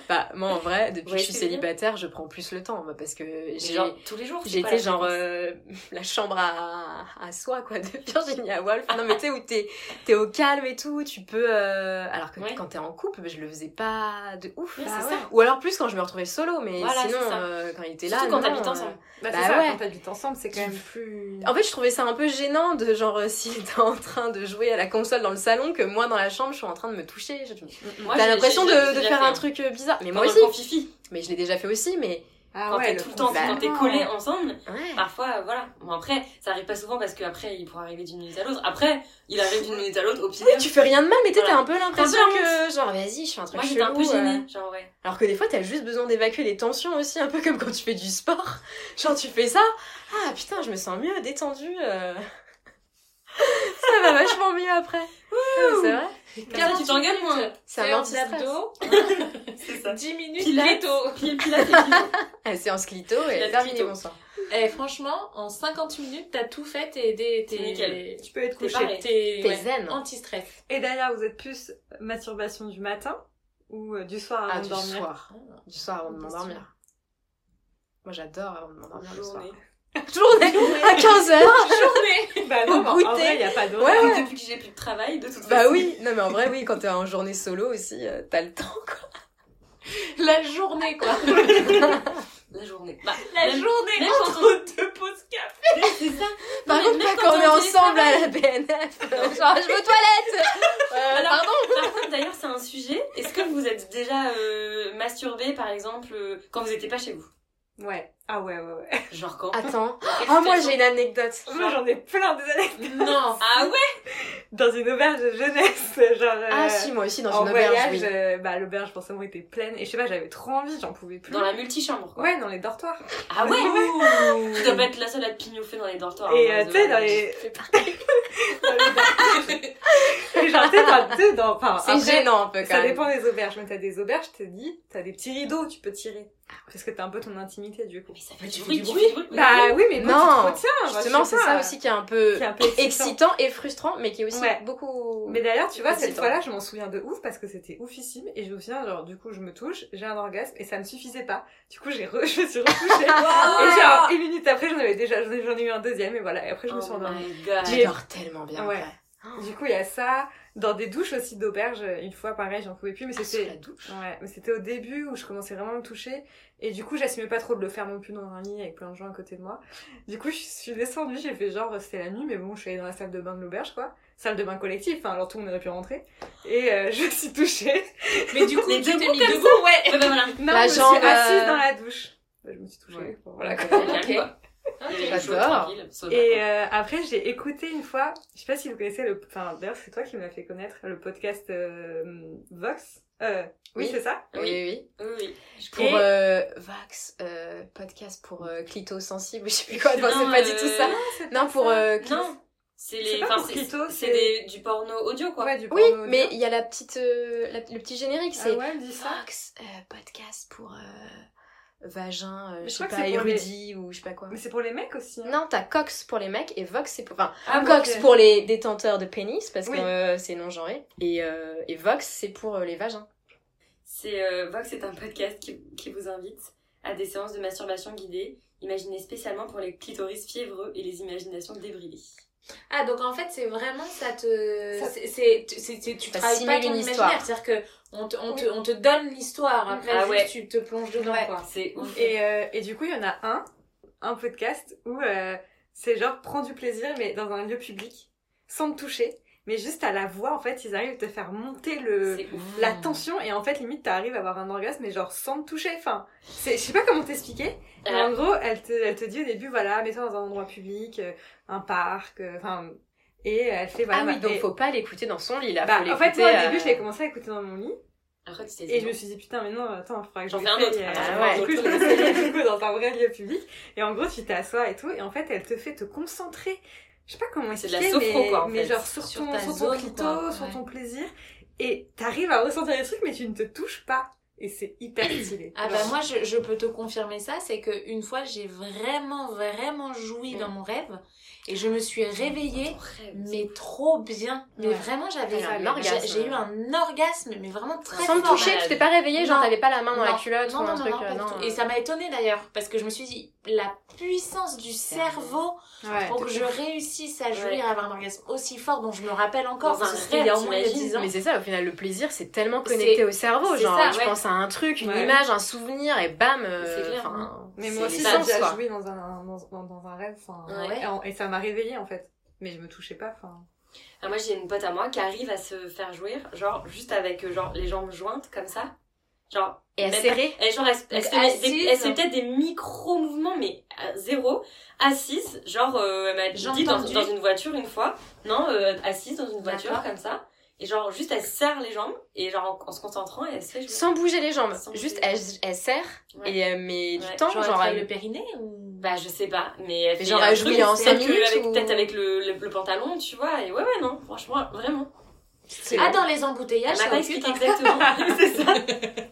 Speaker 2: Bah, moi, en vrai, depuis
Speaker 6: Ouais,
Speaker 2: que je suis
Speaker 6: c'est bien.
Speaker 2: célibataire, je prends plus le temps, moi, parce que j'ai...
Speaker 6: Genre tous les jours. c'est
Speaker 2: J'ai
Speaker 6: quoi
Speaker 2: été
Speaker 6: la
Speaker 2: genre
Speaker 6: fréquence
Speaker 2: euh, la chambre à, à soi quoi de Virginia Woolf. Non mais tu sais où t'es t'es au calme et tout, tu peux. euh, Alors que
Speaker 6: Ouais.
Speaker 2: quand t'es en couple, je le faisais pas de ouf.
Speaker 6: Ouais,
Speaker 3: Bah
Speaker 6: c'est
Speaker 3: ouais.
Speaker 6: ça.
Speaker 2: Ou alors plus quand je me retrouvais solo, mais
Speaker 6: Voilà,
Speaker 2: sinon
Speaker 6: c'est ça.
Speaker 2: euh, quand il était là.
Speaker 6: Surtout quand
Speaker 2: non,
Speaker 6: t'habites
Speaker 2: euh,
Speaker 6: ensemble.
Speaker 3: Bah,
Speaker 2: Bah
Speaker 3: c'est ça,
Speaker 2: ouais.
Speaker 3: quand t'habites ensemble, c'est quand même plus.
Speaker 2: En fait, je trouvais ça un peu gênant de genre euh, s'il était en train de jouer à la console dans le salon que moi dans la chambre je suis en train de me toucher. Je-
Speaker 6: Moi,
Speaker 2: T'as
Speaker 6: Ah, j'ai-
Speaker 2: l'impression
Speaker 6: j'ai- j'ai
Speaker 2: de, de
Speaker 6: déjà
Speaker 2: faire
Speaker 6: fait,
Speaker 2: un
Speaker 6: hein.
Speaker 2: truc euh, bizarre. Mais moi
Speaker 6: Pendant le
Speaker 2: aussi.
Speaker 6: confifi,
Speaker 2: Mais je l'ai déjà fait aussi. Mais
Speaker 3: Ah
Speaker 6: quand t'es tout le temps,
Speaker 2: confinement.
Speaker 6: quand t'es collé ensemble,
Speaker 2: ouais.
Speaker 6: Parfois, euh, voilà. Bon, après, ça arrive pas souvent parce qu'après, il pourra arriver d'une minute à l'autre. Après, il arrive d'une minute à l'autre, au pire.
Speaker 2: Tu fais rien de mal, mais tu sais,
Speaker 6: Voilà.
Speaker 2: t'as un peu l'impression
Speaker 6: T'as un peu
Speaker 2: que genre vas-y, je fais un truc
Speaker 6: Moi, j'étais
Speaker 2: chelou.
Speaker 6: un peu
Speaker 2: euh.
Speaker 6: gênée. Genre, ouais.
Speaker 2: Alors que des fois, t'as juste besoin d'évacuer les tensions aussi, un peu comme quand tu fais du sport. Genre, tu fais ça, ah putain, je me sens mieux, détendue. euh. ça va vachement mieux après. Ouais, mais C'est vrai.
Speaker 6: Comme ça, tu t'engueules moins.
Speaker 2: C'est un
Speaker 5: séance
Speaker 2: anti-stress.
Speaker 5: d'abdos,
Speaker 6: C'est ça.
Speaker 5: 10 minutes
Speaker 6: Pilates.
Speaker 5: keto.
Speaker 6: Puis pilates et puis-
Speaker 2: Ah, séance clito et
Speaker 6: Pilates
Speaker 2: terminé,
Speaker 6: clito.
Speaker 2: bonsoir.
Speaker 5: Et Eh, franchement, en 50 minutes, t'as tout fait et des- t'es
Speaker 6: C'est nickel.
Speaker 3: Tu peux être
Speaker 6: T'es
Speaker 3: couché.
Speaker 6: pareil.
Speaker 5: t'es
Speaker 2: hein. T'es
Speaker 5: ouais,
Speaker 2: zen. hein.
Speaker 5: anti-stress.
Speaker 3: Et d'ailleurs, vous êtes plus masturbation du matin ou euh, du soir avant
Speaker 2: Ah,
Speaker 3: de
Speaker 2: du
Speaker 3: dormir
Speaker 2: soir. Du soir avant de
Speaker 3: Bien
Speaker 2: m'endormir. Moi, j'adore avant de m'endormir le soir.
Speaker 6: Journée.
Speaker 2: Journée à 15h.
Speaker 5: Journée
Speaker 3: Bah non,
Speaker 2: Au
Speaker 3: bah, en
Speaker 2: goûter.
Speaker 3: vrai, il n'y a pas d'horaire.
Speaker 2: Ouais, ouais.
Speaker 6: Depuis que j'ai plus de travail, de toute façon.
Speaker 2: Bah oui, non mais en vrai, oui, quand t'es en journée solo aussi, euh, t'as le temps quoi.
Speaker 5: La journée, quoi.
Speaker 6: La journée. Bah,
Speaker 5: La
Speaker 6: même-
Speaker 5: journée
Speaker 6: même quand on-
Speaker 5: entre deux pauses café.
Speaker 6: C'est ça.
Speaker 2: Par
Speaker 6: mais
Speaker 2: contre,
Speaker 6: même
Speaker 2: pas
Speaker 6: quand
Speaker 2: quand on est
Speaker 6: on est
Speaker 2: ensemble à la BNF. euh, Genre, je veux aux toilettes Euh,
Speaker 6: Alors, Par contre, d'ailleurs, c'est un sujet. Est-ce que vous êtes déjà euh, masturbé, par exemple, euh, quand vous n'étiez pas chez vous
Speaker 3: Ouais. Ah ouais, ouais, ouais.
Speaker 6: Genre quand
Speaker 2: Attends.
Speaker 6: Quelle
Speaker 2: Ah, moi
Speaker 6: situation
Speaker 2: j'ai une anecdote.
Speaker 3: Moi, j'en ai plein, désolé.
Speaker 5: Non.
Speaker 6: Ah ouais
Speaker 3: Dans une auberge de jeunesse, genre. euh,
Speaker 2: Ah si, moi aussi dans
Speaker 3: En
Speaker 2: une auberge,
Speaker 3: voyage,
Speaker 2: oui.
Speaker 3: euh, bah, l'auberge forcément était pleine. Et je sais pas, j'avais trop envie, j'en pouvais plus.
Speaker 6: Dans la multichambre, quoi.
Speaker 3: Ouais, dans les dortoirs.
Speaker 6: Ah ouais
Speaker 3: Ouh.
Speaker 6: Tu dois pas être la seule à te pignouffer dans les dortoirs.
Speaker 3: Et
Speaker 6: hein,
Speaker 3: euh, tu sais, dans
Speaker 6: désolé.
Speaker 3: les. dans les dortoirs. Genre, tu sais, dans- tu sais, dans. Enfin,
Speaker 2: C'est
Speaker 3: après,
Speaker 2: gênant un peu quand
Speaker 3: Ça
Speaker 2: même.
Speaker 3: dépend des auberges, mais t'as des auberges, je te dis, t'as des petits rideaux, tu peux tirer.
Speaker 2: Ah
Speaker 3: Parce que t'as un peu ton intimité, du coup.
Speaker 6: Mais ça fait
Speaker 2: Mais
Speaker 6: du
Speaker 2: tu
Speaker 6: bruit,
Speaker 2: fais
Speaker 6: tu
Speaker 2: du
Speaker 6: fais du bruit.
Speaker 3: Bah oui, mais non,
Speaker 2: Non,
Speaker 3: tu te retiens.
Speaker 2: Justement,
Speaker 3: bah, je sais
Speaker 2: c'est ça
Speaker 3: pas.
Speaker 2: aussi qui est un peu
Speaker 3: Qui est un peu excitant.
Speaker 2: excitant et frustrant, mais qui est aussi
Speaker 3: Ouais.
Speaker 2: beaucoup.
Speaker 3: Mais d'ailleurs, tu vois, cette
Speaker 2: Excitant.
Speaker 3: fois-là, je m'en souviens de ouf parce que c'était oufissime et je me souviens, genre, du coup, je me touche, j'ai un orgasme et ça me suffisait pas. Du coup, j'ai re... je me suis retouchée. et genre, une minute après, j'en avais déjà, j'en ai j'en ai eu un deuxième et voilà, et après, je me suis
Speaker 6: Oh
Speaker 3: endormie.
Speaker 6: my god.
Speaker 2: Tu dors tellement bien.
Speaker 3: Ouais.
Speaker 2: après.
Speaker 3: Du coup, il y a ça. Dans des douches aussi d'auberge, une fois pareil, j'en pouvais plus, mais
Speaker 2: Ah, sous la
Speaker 3: c'était.
Speaker 2: douche.
Speaker 3: Ouais, mais c'était au début où je commençais vraiment à me toucher et du coup j'assumais pas trop de le faire non plus dans un lit avec plein de gens à côté de moi. Du coup je suis descendue, j'ai fait genre c'était la nuit mais bon je suis allée dans la salle de bain de l'auberge quoi, salle de bain collective, enfin alors tout le monde aurait pu rentrer et euh, je me suis touchée.
Speaker 5: Mais du coup,
Speaker 6: Les
Speaker 5: tu
Speaker 6: deux
Speaker 5: t'es
Speaker 6: groupes
Speaker 5: mis
Speaker 6: comme
Speaker 5: debout, ouais.
Speaker 6: Ouais, bah voilà.
Speaker 3: Non,
Speaker 2: La
Speaker 3: je
Speaker 2: jambe,
Speaker 3: me suis assise
Speaker 2: euh,
Speaker 3: dans la douche. Bah, je me suis touchée.
Speaker 2: Ouais.
Speaker 3: bon, voilà. quoi.
Speaker 5: Ok.
Speaker 6: Calme, quoi. Chaud,
Speaker 2: J'adore.
Speaker 6: tranquille, sauna.
Speaker 3: Et euh, après j'ai écouté une fois, je sais pas si vous connaissez le, enfin d'ailleurs c'est toi qui me l'as fait connaître le podcast euh, Vox. Euh, oui,
Speaker 2: Oui.
Speaker 3: c'est ça.
Speaker 2: Oui, oui, oui.
Speaker 6: Oui, oui.
Speaker 2: Pour
Speaker 3: Et-
Speaker 2: euh, Vax, euh, podcast pour euh, clito sensible, je sais plus quoi, non,
Speaker 6: Non,
Speaker 2: c'est pas du tout
Speaker 6: euh,
Speaker 2: ça. Non, pour. euh, clit-
Speaker 6: Non,
Speaker 3: C'est
Speaker 6: c'est les.
Speaker 3: pas
Speaker 6: Enfin,
Speaker 3: pour
Speaker 6: c'est
Speaker 3: Clito,
Speaker 6: c'est
Speaker 3: c'est-
Speaker 6: des- du porno audio, quoi.
Speaker 3: Ouais, du
Speaker 2: Oui,
Speaker 3: porno audio.
Speaker 2: mais il y a la petite, euh, la- le petit générique,
Speaker 3: Ah
Speaker 2: c'est
Speaker 3: ouais, dis ça.
Speaker 2: Vox, euh, podcast pour euh, vagin, euh, je
Speaker 3: Mais je
Speaker 2: sais
Speaker 3: crois que
Speaker 2: pas,
Speaker 3: c'est pour
Speaker 2: érudit ou je sais pas quoi.
Speaker 3: Mais c'est pour les mecs aussi. hein.
Speaker 2: Non, t'as Cox pour les mecs et Vox c'est pour. Enfin,
Speaker 6: Ah,
Speaker 2: Cox
Speaker 3: ok.
Speaker 2: pour les détenteurs de pénis parce que
Speaker 3: Oui.
Speaker 2: euh, c'est non-genré et, euh, et Vox c'est pour euh, les vagins.
Speaker 6: C'est euh, Vox, c'est un podcast qui, qui vous invite à des séances de masturbation guidées, imaginées spécialement pour les clitoris fiévreux et les imaginations débridées.
Speaker 5: Ah, donc en fait, c'est vraiment ça te.
Speaker 3: Ça-
Speaker 5: c'est- c'est- tu- c'est- c'est- tu
Speaker 2: Ça
Speaker 5: travailles pas
Speaker 2: simule
Speaker 5: ton
Speaker 2: une histoire.
Speaker 5: imaginaire. C'est-à-dire que on te, on te, on te donne l'histoire. Après,
Speaker 6: Ah
Speaker 5: juste,
Speaker 6: ouais.
Speaker 5: tu te plonges dedans,
Speaker 3: Ouais.
Speaker 5: quoi.
Speaker 6: C'est ouf.
Speaker 3: Et, euh, et du coup, il y en a un, un podcast où euh, c'est genre prends du plaisir, mais dans un lieu public, sans te toucher. mais juste à la voix, en fait, ils arrivent à te faire monter le,
Speaker 6: C'est ouf.
Speaker 3: la
Speaker 5: Hmm.
Speaker 3: tension et en fait limite t'arrives à avoir un orgasme mais genre sans te toucher enfin c'est je sais pas comment t'expliquer mais
Speaker 2: Euh.
Speaker 3: en gros elle te, elle te dit au début voilà mets-toi dans un endroit public euh, un parc euh, enfin et elle fait voilà
Speaker 2: ah
Speaker 3: bah,
Speaker 2: oui, donc
Speaker 3: et-
Speaker 2: faut pas l'écouter dans son lit là.
Speaker 3: bah,
Speaker 2: faut
Speaker 3: en fait
Speaker 2: l'écouter,
Speaker 3: moi au
Speaker 2: euh,
Speaker 3: début je l'ai commencé à écouter dans mon lit
Speaker 6: Après, tu t'es dit
Speaker 3: et je
Speaker 6: non.
Speaker 3: me suis dit putain mais non attends faudra que je
Speaker 6: J'en
Speaker 3: le
Speaker 6: fais un autre.
Speaker 3: fasse,
Speaker 2: Ah
Speaker 3: euh,
Speaker 2: ouais.
Speaker 3: du coup je l'ai essayé, du coup dans un vrai lieu public et en gros tu t'assois et tout et en fait elle te fait te concentrer je sais pas comment
Speaker 6: C'est de la
Speaker 3: expliquer
Speaker 6: sophro,
Speaker 3: mais,
Speaker 6: quoi, en
Speaker 3: mais
Speaker 6: fait.
Speaker 3: genre sur,
Speaker 5: Sur
Speaker 3: ton,
Speaker 5: ta
Speaker 3: sur ton
Speaker 5: zone,
Speaker 3: clito
Speaker 5: quoi.
Speaker 3: sur
Speaker 5: Ouais.
Speaker 3: ton plaisir et t'arrives à ressentir les trucs mais tu ne te touches pas et c'est hyper stylé
Speaker 5: Ah bah
Speaker 3: Genre,
Speaker 5: moi je, je peux te confirmer ça, c'est que une fois j'ai vraiment vraiment
Speaker 2: Hmm.
Speaker 5: joui dans mon rêve et je me suis réveillée
Speaker 6: Ton rêve.
Speaker 5: mais trop bien. Mais
Speaker 3: Ouais.
Speaker 5: vraiment j'avais
Speaker 2: Elle a un
Speaker 5: j'ai-
Speaker 2: orgasme.
Speaker 5: j'ai eu un orgasme mais vraiment très
Speaker 2: Sans
Speaker 5: fort.
Speaker 2: me toucher, tu t'es pas réveillé, genre
Speaker 5: Non.
Speaker 2: t'avais pas la main dans la
Speaker 5: Non.
Speaker 2: culotte
Speaker 5: Non,
Speaker 2: ou
Speaker 5: non,
Speaker 2: un
Speaker 5: non,
Speaker 2: truc.
Speaker 5: non,
Speaker 2: euh,
Speaker 5: pas
Speaker 2: non,
Speaker 5: du tout.
Speaker 2: euh,
Speaker 5: Et ça m'a étonnée d'ailleurs, parce que je me suis dit, la puissance du cerveau
Speaker 3: ouais.
Speaker 5: pour que je réussisse à jouir
Speaker 6: Ouais.
Speaker 5: et avoir un orgasme aussi fort dont je me rappelle encore,
Speaker 6: Dans un
Speaker 5: parce que c'était il y a au
Speaker 6: rêve,
Speaker 5: moins il y a
Speaker 6: t'imagines,
Speaker 5: 10 ans.
Speaker 2: Mais c'est ça, au final, le plaisir, c'est tellement
Speaker 6: C'est-
Speaker 2: connecté au cerveau.
Speaker 6: c'est
Speaker 2: Genre,
Speaker 6: ça,
Speaker 2: je
Speaker 6: ouais.
Speaker 2: pense à un truc, une
Speaker 3: Ouais.
Speaker 2: image, un souvenir, et bam.
Speaker 6: C'est
Speaker 2: euh,
Speaker 6: clair.
Speaker 2: enfin,
Speaker 3: mais
Speaker 2: c'est
Speaker 3: moi
Speaker 2: les
Speaker 3: aussi
Speaker 6: ça,
Speaker 3: j'ai
Speaker 2: sens,
Speaker 3: déjà
Speaker 2: quoi.
Speaker 3: joué dans un dans, dans- dans un rêve enfin
Speaker 6: Ouais.
Speaker 3: et en- et ça m'a réveillée en fait mais je me touchais pas enfin
Speaker 6: Ah, moi, j'ai une pote à moi qui arrive à se faire jouir, genre, juste avec euh, genre, les jambes jointes, comme ça. Genre,
Speaker 2: Et à
Speaker 6: Mais-
Speaker 2: serrer.
Speaker 6: elle, genre, elle, se- elle se fait,
Speaker 5: assise.
Speaker 6: des- elle se fait peut-être des micro-mouvements, mais à zéro. Assise, genre, euh, elle m'a
Speaker 5: Jambes
Speaker 6: dit dans,
Speaker 5: tendues.
Speaker 6: dans une voiture une fois. Non, euh, assise dans une voiture,
Speaker 5: D'accord.
Speaker 6: comme ça. Et genre, juste, elle serre les jambes, et genre, en, en se concentrant, elle se fait jouir.
Speaker 2: Sans bouger les jambes.
Speaker 6: Sans
Speaker 2: Juste,
Speaker 6: bouger.
Speaker 2: elle, elle serre,
Speaker 6: Ouais.
Speaker 2: et, euh, mais
Speaker 6: Ouais.
Speaker 2: du temps,
Speaker 5: Genre,
Speaker 2: genre,
Speaker 5: elle
Speaker 2: elle-
Speaker 5: le périnée ou...
Speaker 6: euh,
Speaker 5: Ah,
Speaker 6: Bah, je sais pas, mais elle
Speaker 2: Mais
Speaker 6: fait
Speaker 2: genre,
Speaker 6: un
Speaker 2: elle
Speaker 6: truc,
Speaker 2: jouit en
Speaker 6: peut-être
Speaker 2: cinq
Speaker 6: que
Speaker 2: minutes
Speaker 6: avec-
Speaker 2: ou-
Speaker 6: Peut-être avec le, le, le pantalon, tu vois, et ouais, ouais, non, franchement, vraiment.
Speaker 3: c'est
Speaker 5: Ah, dans les embouteillages, ça
Speaker 6: Elle m'a pas
Speaker 5: occupe
Speaker 6: expliqué
Speaker 5: un-
Speaker 2: hein.
Speaker 6: exactement, c'est ça.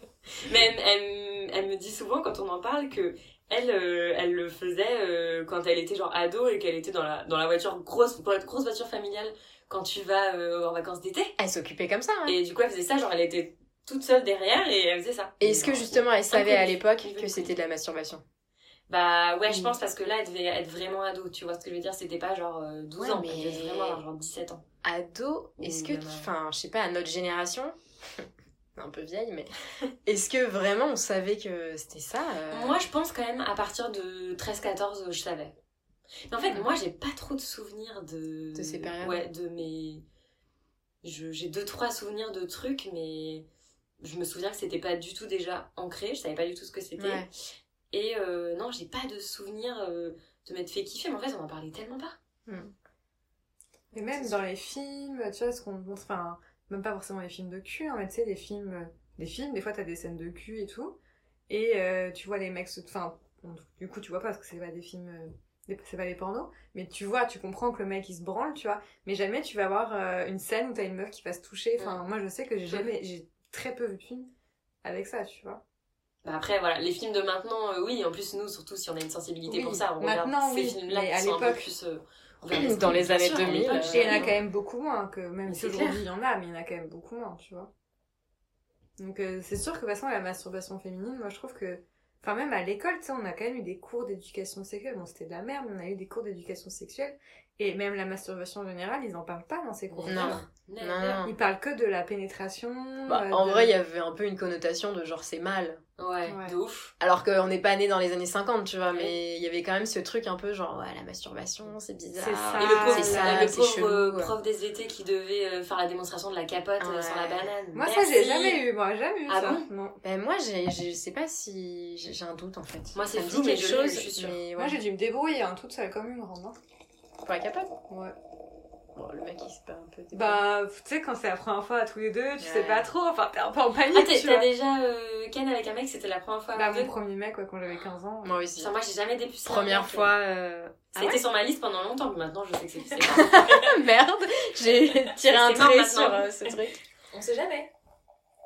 Speaker 6: Mais elle, elle- elle me dit souvent, quand on en parle, que elle, euh, elle le faisait euh, quand elle était genre ado et qu'elle était dans la, dans la voiture grosse, dans la grosse voiture familiale quand tu vas euh, en vacances d'été.
Speaker 2: elle s'occupait comme ça. hein.
Speaker 6: Et du coup, elle faisait ça, genre elle était toute seule derrière et elle faisait ça.
Speaker 2: Et est-ce que justement, elle savait à
Speaker 6: Inconnu.
Speaker 2: l'époque que
Speaker 6: Inconnu.
Speaker 2: c'était de la masturbation
Speaker 6: Bah ouais, je
Speaker 2: Mm.
Speaker 6: pense parce que là, elle devait être vraiment ado, tu vois ce que je veux dire, c'était pas genre euh, 12
Speaker 2: Ouais,
Speaker 6: ans,
Speaker 2: mais-
Speaker 6: elle devait vraiment avoir genre 17 ans.
Speaker 2: Ado, est-ce
Speaker 6: Ouh
Speaker 2: que,
Speaker 6: là
Speaker 2: tu-
Speaker 6: là.
Speaker 2: enfin, je sais pas, à notre génération, un peu vieille, mais est-ce que vraiment on savait que c'était ça euh,
Speaker 6: Moi, je pense quand même à partir de 13-14, je savais. Mais en fait, moi, j'ai pas trop de souvenirs de.
Speaker 2: De ces périodes.
Speaker 6: Ouais, de mes. je- J'ai deux, trois souvenirs de trucs, mais je me souviens que c'était pas du tout déjà ancré, je savais pas du tout ce que c'était.
Speaker 2: Ouais.
Speaker 6: Et euh, non, j'ai pas de souvenirs euh, de m'être fait kiffer, mais en fait, on en parlait tellement pas.
Speaker 3: Et même dans les films, tu vois, ce qu'on montre, enfin, même pas forcément les films de cul, hein, mais tu sais, les films, des films, des fois t'as des scènes de cul et tout, et euh, tu vois les mecs, se- enfin, bon, du coup tu vois pas parce que c'est pas des films, euh, des- c'est pas des pornos, mais tu vois, tu comprends que le mec il se branle, tu vois, mais jamais tu vas voir euh, une scène où t'as une meuf qui va se toucher, enfin, moi je sais que j'ai jamais, j'ai très peu vu de films avec ça, tu vois.
Speaker 6: Bah après, voilà, les films de maintenant, euh, oui, en plus, nous, surtout si on a une sensibilité
Speaker 3: Oui,
Speaker 6: pour ça, on regarde
Speaker 3: maintenant,
Speaker 6: ces
Speaker 3: oui,
Speaker 6: films-là
Speaker 3: mais
Speaker 6: qui
Speaker 3: à
Speaker 6: sont un peu
Speaker 3: l'époque-
Speaker 6: plus. euh, ouverts d'esprit.
Speaker 2: Dans les
Speaker 6: Bien
Speaker 2: années
Speaker 6: sûr, à
Speaker 2: 2000,
Speaker 6: l'époque,
Speaker 2: euh,
Speaker 3: Et Ah, il y en
Speaker 6: euh,
Speaker 3: a quand même beaucoup moins, que
Speaker 6: Mais
Speaker 3: même si
Speaker 6: c'est
Speaker 3: aujourd'hui il y en a, mais il y en a quand même beaucoup moins, tu vois. Donc euh, c'est sûr que de toute façon, la masturbation féminine, moi je trouve que. Enfin, même à l'école, tu sais, on a quand même eu des cours d'éducation sexuelle. Bon, c'était de la merde, mais on a eu des cours d'éducation sexuelle. Et même la masturbation en général, ils en parlent pas dans ces cours.
Speaker 2: Non.
Speaker 6: Never.
Speaker 2: Non, non.
Speaker 3: Ils parlent que de la pénétration.
Speaker 2: Bah,
Speaker 3: euh,
Speaker 2: en
Speaker 3: de-
Speaker 2: vrai, il y avait un peu une connotation de genre c'est mal.
Speaker 6: Ouais,
Speaker 3: Ouais.
Speaker 6: de ouf.
Speaker 2: Alors qu'on n'est pas né dans les années 50, tu vois,
Speaker 6: Ouais.
Speaker 2: mais il y avait quand même ce truc un peu genre ouais, la masturbation, c'est bizarre.
Speaker 3: C'est ça.
Speaker 6: Et le pauvre,
Speaker 2: Ah, C'est ça,
Speaker 6: le
Speaker 2: c'est
Speaker 6: pauvre
Speaker 2: chelou,
Speaker 6: euh,
Speaker 2: ouais.
Speaker 6: prof d'SVT qui devait euh, faire la démonstration de la capote euh, sur la
Speaker 2: Ouais.
Speaker 6: banane.
Speaker 3: Moi, ça, j'ai
Speaker 6: Merci.
Speaker 3: jamais eu. Moi, jamais eu
Speaker 6: Ah
Speaker 3: ça.
Speaker 6: bon
Speaker 3: non.
Speaker 2: Ben, moi, j'ai- j'ai- je sais pas si. J'ai j'ai un doute en fait.
Speaker 6: Moi, c'est
Speaker 2: Ça me
Speaker 6: flou,
Speaker 2: dit
Speaker 6: mais
Speaker 2: quelque
Speaker 6: je l'ai eu,
Speaker 2: chose,
Speaker 6: je suis sûre.
Speaker 2: mais
Speaker 3: Moi,
Speaker 2: ouais.
Speaker 3: j'ai dû me débrouiller hein, toute seule comme une grande. hein.
Speaker 2: Pour la capable
Speaker 3: Ouais.
Speaker 2: Bon, le mec, il s'est pas un peu.
Speaker 3: Bah, tu sais, quand c'est la première fois à tous les deux, tu sais
Speaker 2: Ouais.
Speaker 3: pas trop. Enfin, t'es un peu en panique.
Speaker 6: Ah, t'es-
Speaker 3: tu
Speaker 6: t'as
Speaker 3: vois.
Speaker 6: déjà euh, Ken avec un mec, c'était la première fois.
Speaker 3: Bah,
Speaker 6: avec
Speaker 3: mon
Speaker 6: deux.
Speaker 3: premier mec, ouais, quand j'avais 15 ans.
Speaker 2: Moi aussi.
Speaker 6: Putain, moi, j'ai jamais dépucé. un
Speaker 2: Première
Speaker 6: mec.
Speaker 2: fois. euh, Ah
Speaker 6: C'était
Speaker 2: ouais
Speaker 6: sur ma liste pendant longtemps, mais maintenant, je sais que c'est- c'est. pas.
Speaker 2: Ah, Merde, j'ai tiré un
Speaker 6: C'est mort
Speaker 2: trait
Speaker 6: maintenant.
Speaker 2: sur euh, ce truc.
Speaker 5: On sait jamais.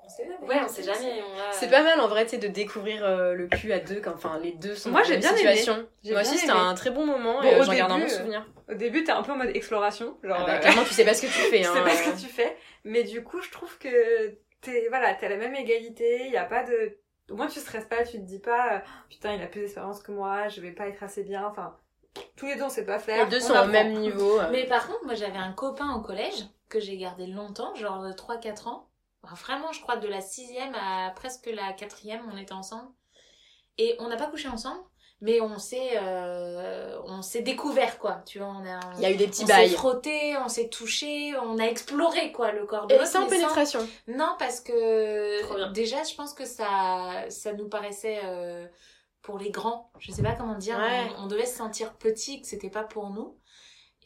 Speaker 5: On sait jamais.
Speaker 6: Ouais, on sait jamais. on va- euh,
Speaker 2: C'est pas mal en vrai, tu sais, de découvrir euh, le cul à deux, quand enfin les deux sont
Speaker 3: Moi,
Speaker 2: dans la
Speaker 3: j'ai
Speaker 2: même
Speaker 3: bien aimé.
Speaker 2: situation.
Speaker 3: J'ai
Speaker 2: Moi
Speaker 3: bien
Speaker 2: aussi, c'était
Speaker 3: aimé.
Speaker 2: un très bon moment
Speaker 3: Bon,
Speaker 2: et euh,
Speaker 3: au
Speaker 2: j'en garde un
Speaker 3: début,
Speaker 2: bon
Speaker 3: euh,
Speaker 2: souvenir.
Speaker 3: Au début, t'es un peu en mode exploration. Genre,
Speaker 2: Ah bah,
Speaker 3: euh,
Speaker 2: clairement, tu sais pas ce que tu fais.
Speaker 3: tu
Speaker 2: Hein,
Speaker 3: sais pas ce
Speaker 2: euh.
Speaker 3: que tu fais. Mais du coup, je trouve que t'es voilà, t'es à la même égalité. Il y a pas de. Au moins, tu stresses pas, tu te dis pas euh, putain, il a plus d'expérience que moi, je vais pas être assez bien. Enfin, tous les deux, on sait pas faire.
Speaker 2: Les deux
Speaker 3: on
Speaker 2: sont au
Speaker 3: apprend.
Speaker 2: même niveau. euh.
Speaker 5: Mais par contre, moi j'avais un copain au collège que j'ai gardé longtemps, genre 3-4 ans. Enfin, vraiment, je crois de la sixième à presque la quatrième, on était ensemble. Et on n'a pas couché ensemble, mais on s'est euh, on s'est découvert quoi tu vois on a
Speaker 2: Il y a eu des petits
Speaker 5: on s'est
Speaker 2: bails.
Speaker 5: frotté on s'est touché on a exploré quoi le corps de
Speaker 2: Et
Speaker 5: l'autre
Speaker 2: sans
Speaker 5: mais
Speaker 2: pénétration.
Speaker 5: non parce que
Speaker 6: Trop bien.
Speaker 5: déjà je pense que ça ça nous paraissait euh, pour les grands je sais pas comment dire
Speaker 2: Ouais.
Speaker 5: on, on devait se sentir petit que c'était pas pour nous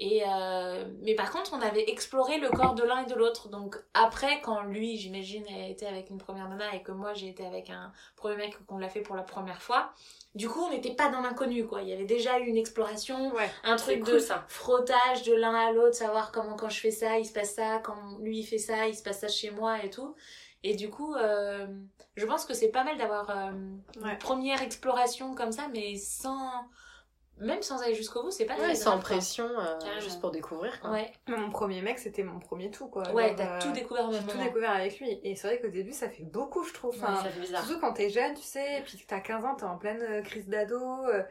Speaker 5: et euh, mais par contre on avait exploré le corps de l'un et de l'autre donc après quand lui j'imagine a été avec une première nana et que moi j'ai été avec un premier mec qu'on l'a fait pour la première fois du coup on n'était pas dans l'inconnu quoi il y avait déjà eu une exploration
Speaker 3: Ouais.
Speaker 5: un
Speaker 6: C'est
Speaker 5: truc de
Speaker 6: cool ça.
Speaker 5: frottage de l'un à l'autre, savoir comment quand je fais ça, il se passe ça, quand lui il fait ça, il se passe ça chez moi et tout. Et du coup, euh, je pense que c'est pas mal d'avoir euh,
Speaker 3: Ouais.
Speaker 5: une première exploration comme ça, mais sans. Même sans aller jusqu'au bout, c'est pas
Speaker 2: Ouais,
Speaker 5: très
Speaker 2: sans
Speaker 5: grave, quoi.
Speaker 2: pression, euh,
Speaker 6: Carrément.
Speaker 2: juste pour découvrir. Quoi.
Speaker 5: Ouais,
Speaker 3: Mais Mon premier mec, c'était mon premier tout, quoi.
Speaker 5: ouais
Speaker 3: Genre,
Speaker 5: t'as
Speaker 3: euh,
Speaker 5: tout découvert au
Speaker 3: J'ai
Speaker 5: même
Speaker 3: tout
Speaker 5: moment.
Speaker 3: découvert avec lui. Et c'est vrai qu'au début, ça fait beaucoup, je trouve. Enfin,
Speaker 6: Ouais, ça fait bizarre.
Speaker 3: Surtout quand t'es jeune, tu sais, et puis que t'as 15 ans, t'es en pleine euh, crise d'ado, euh,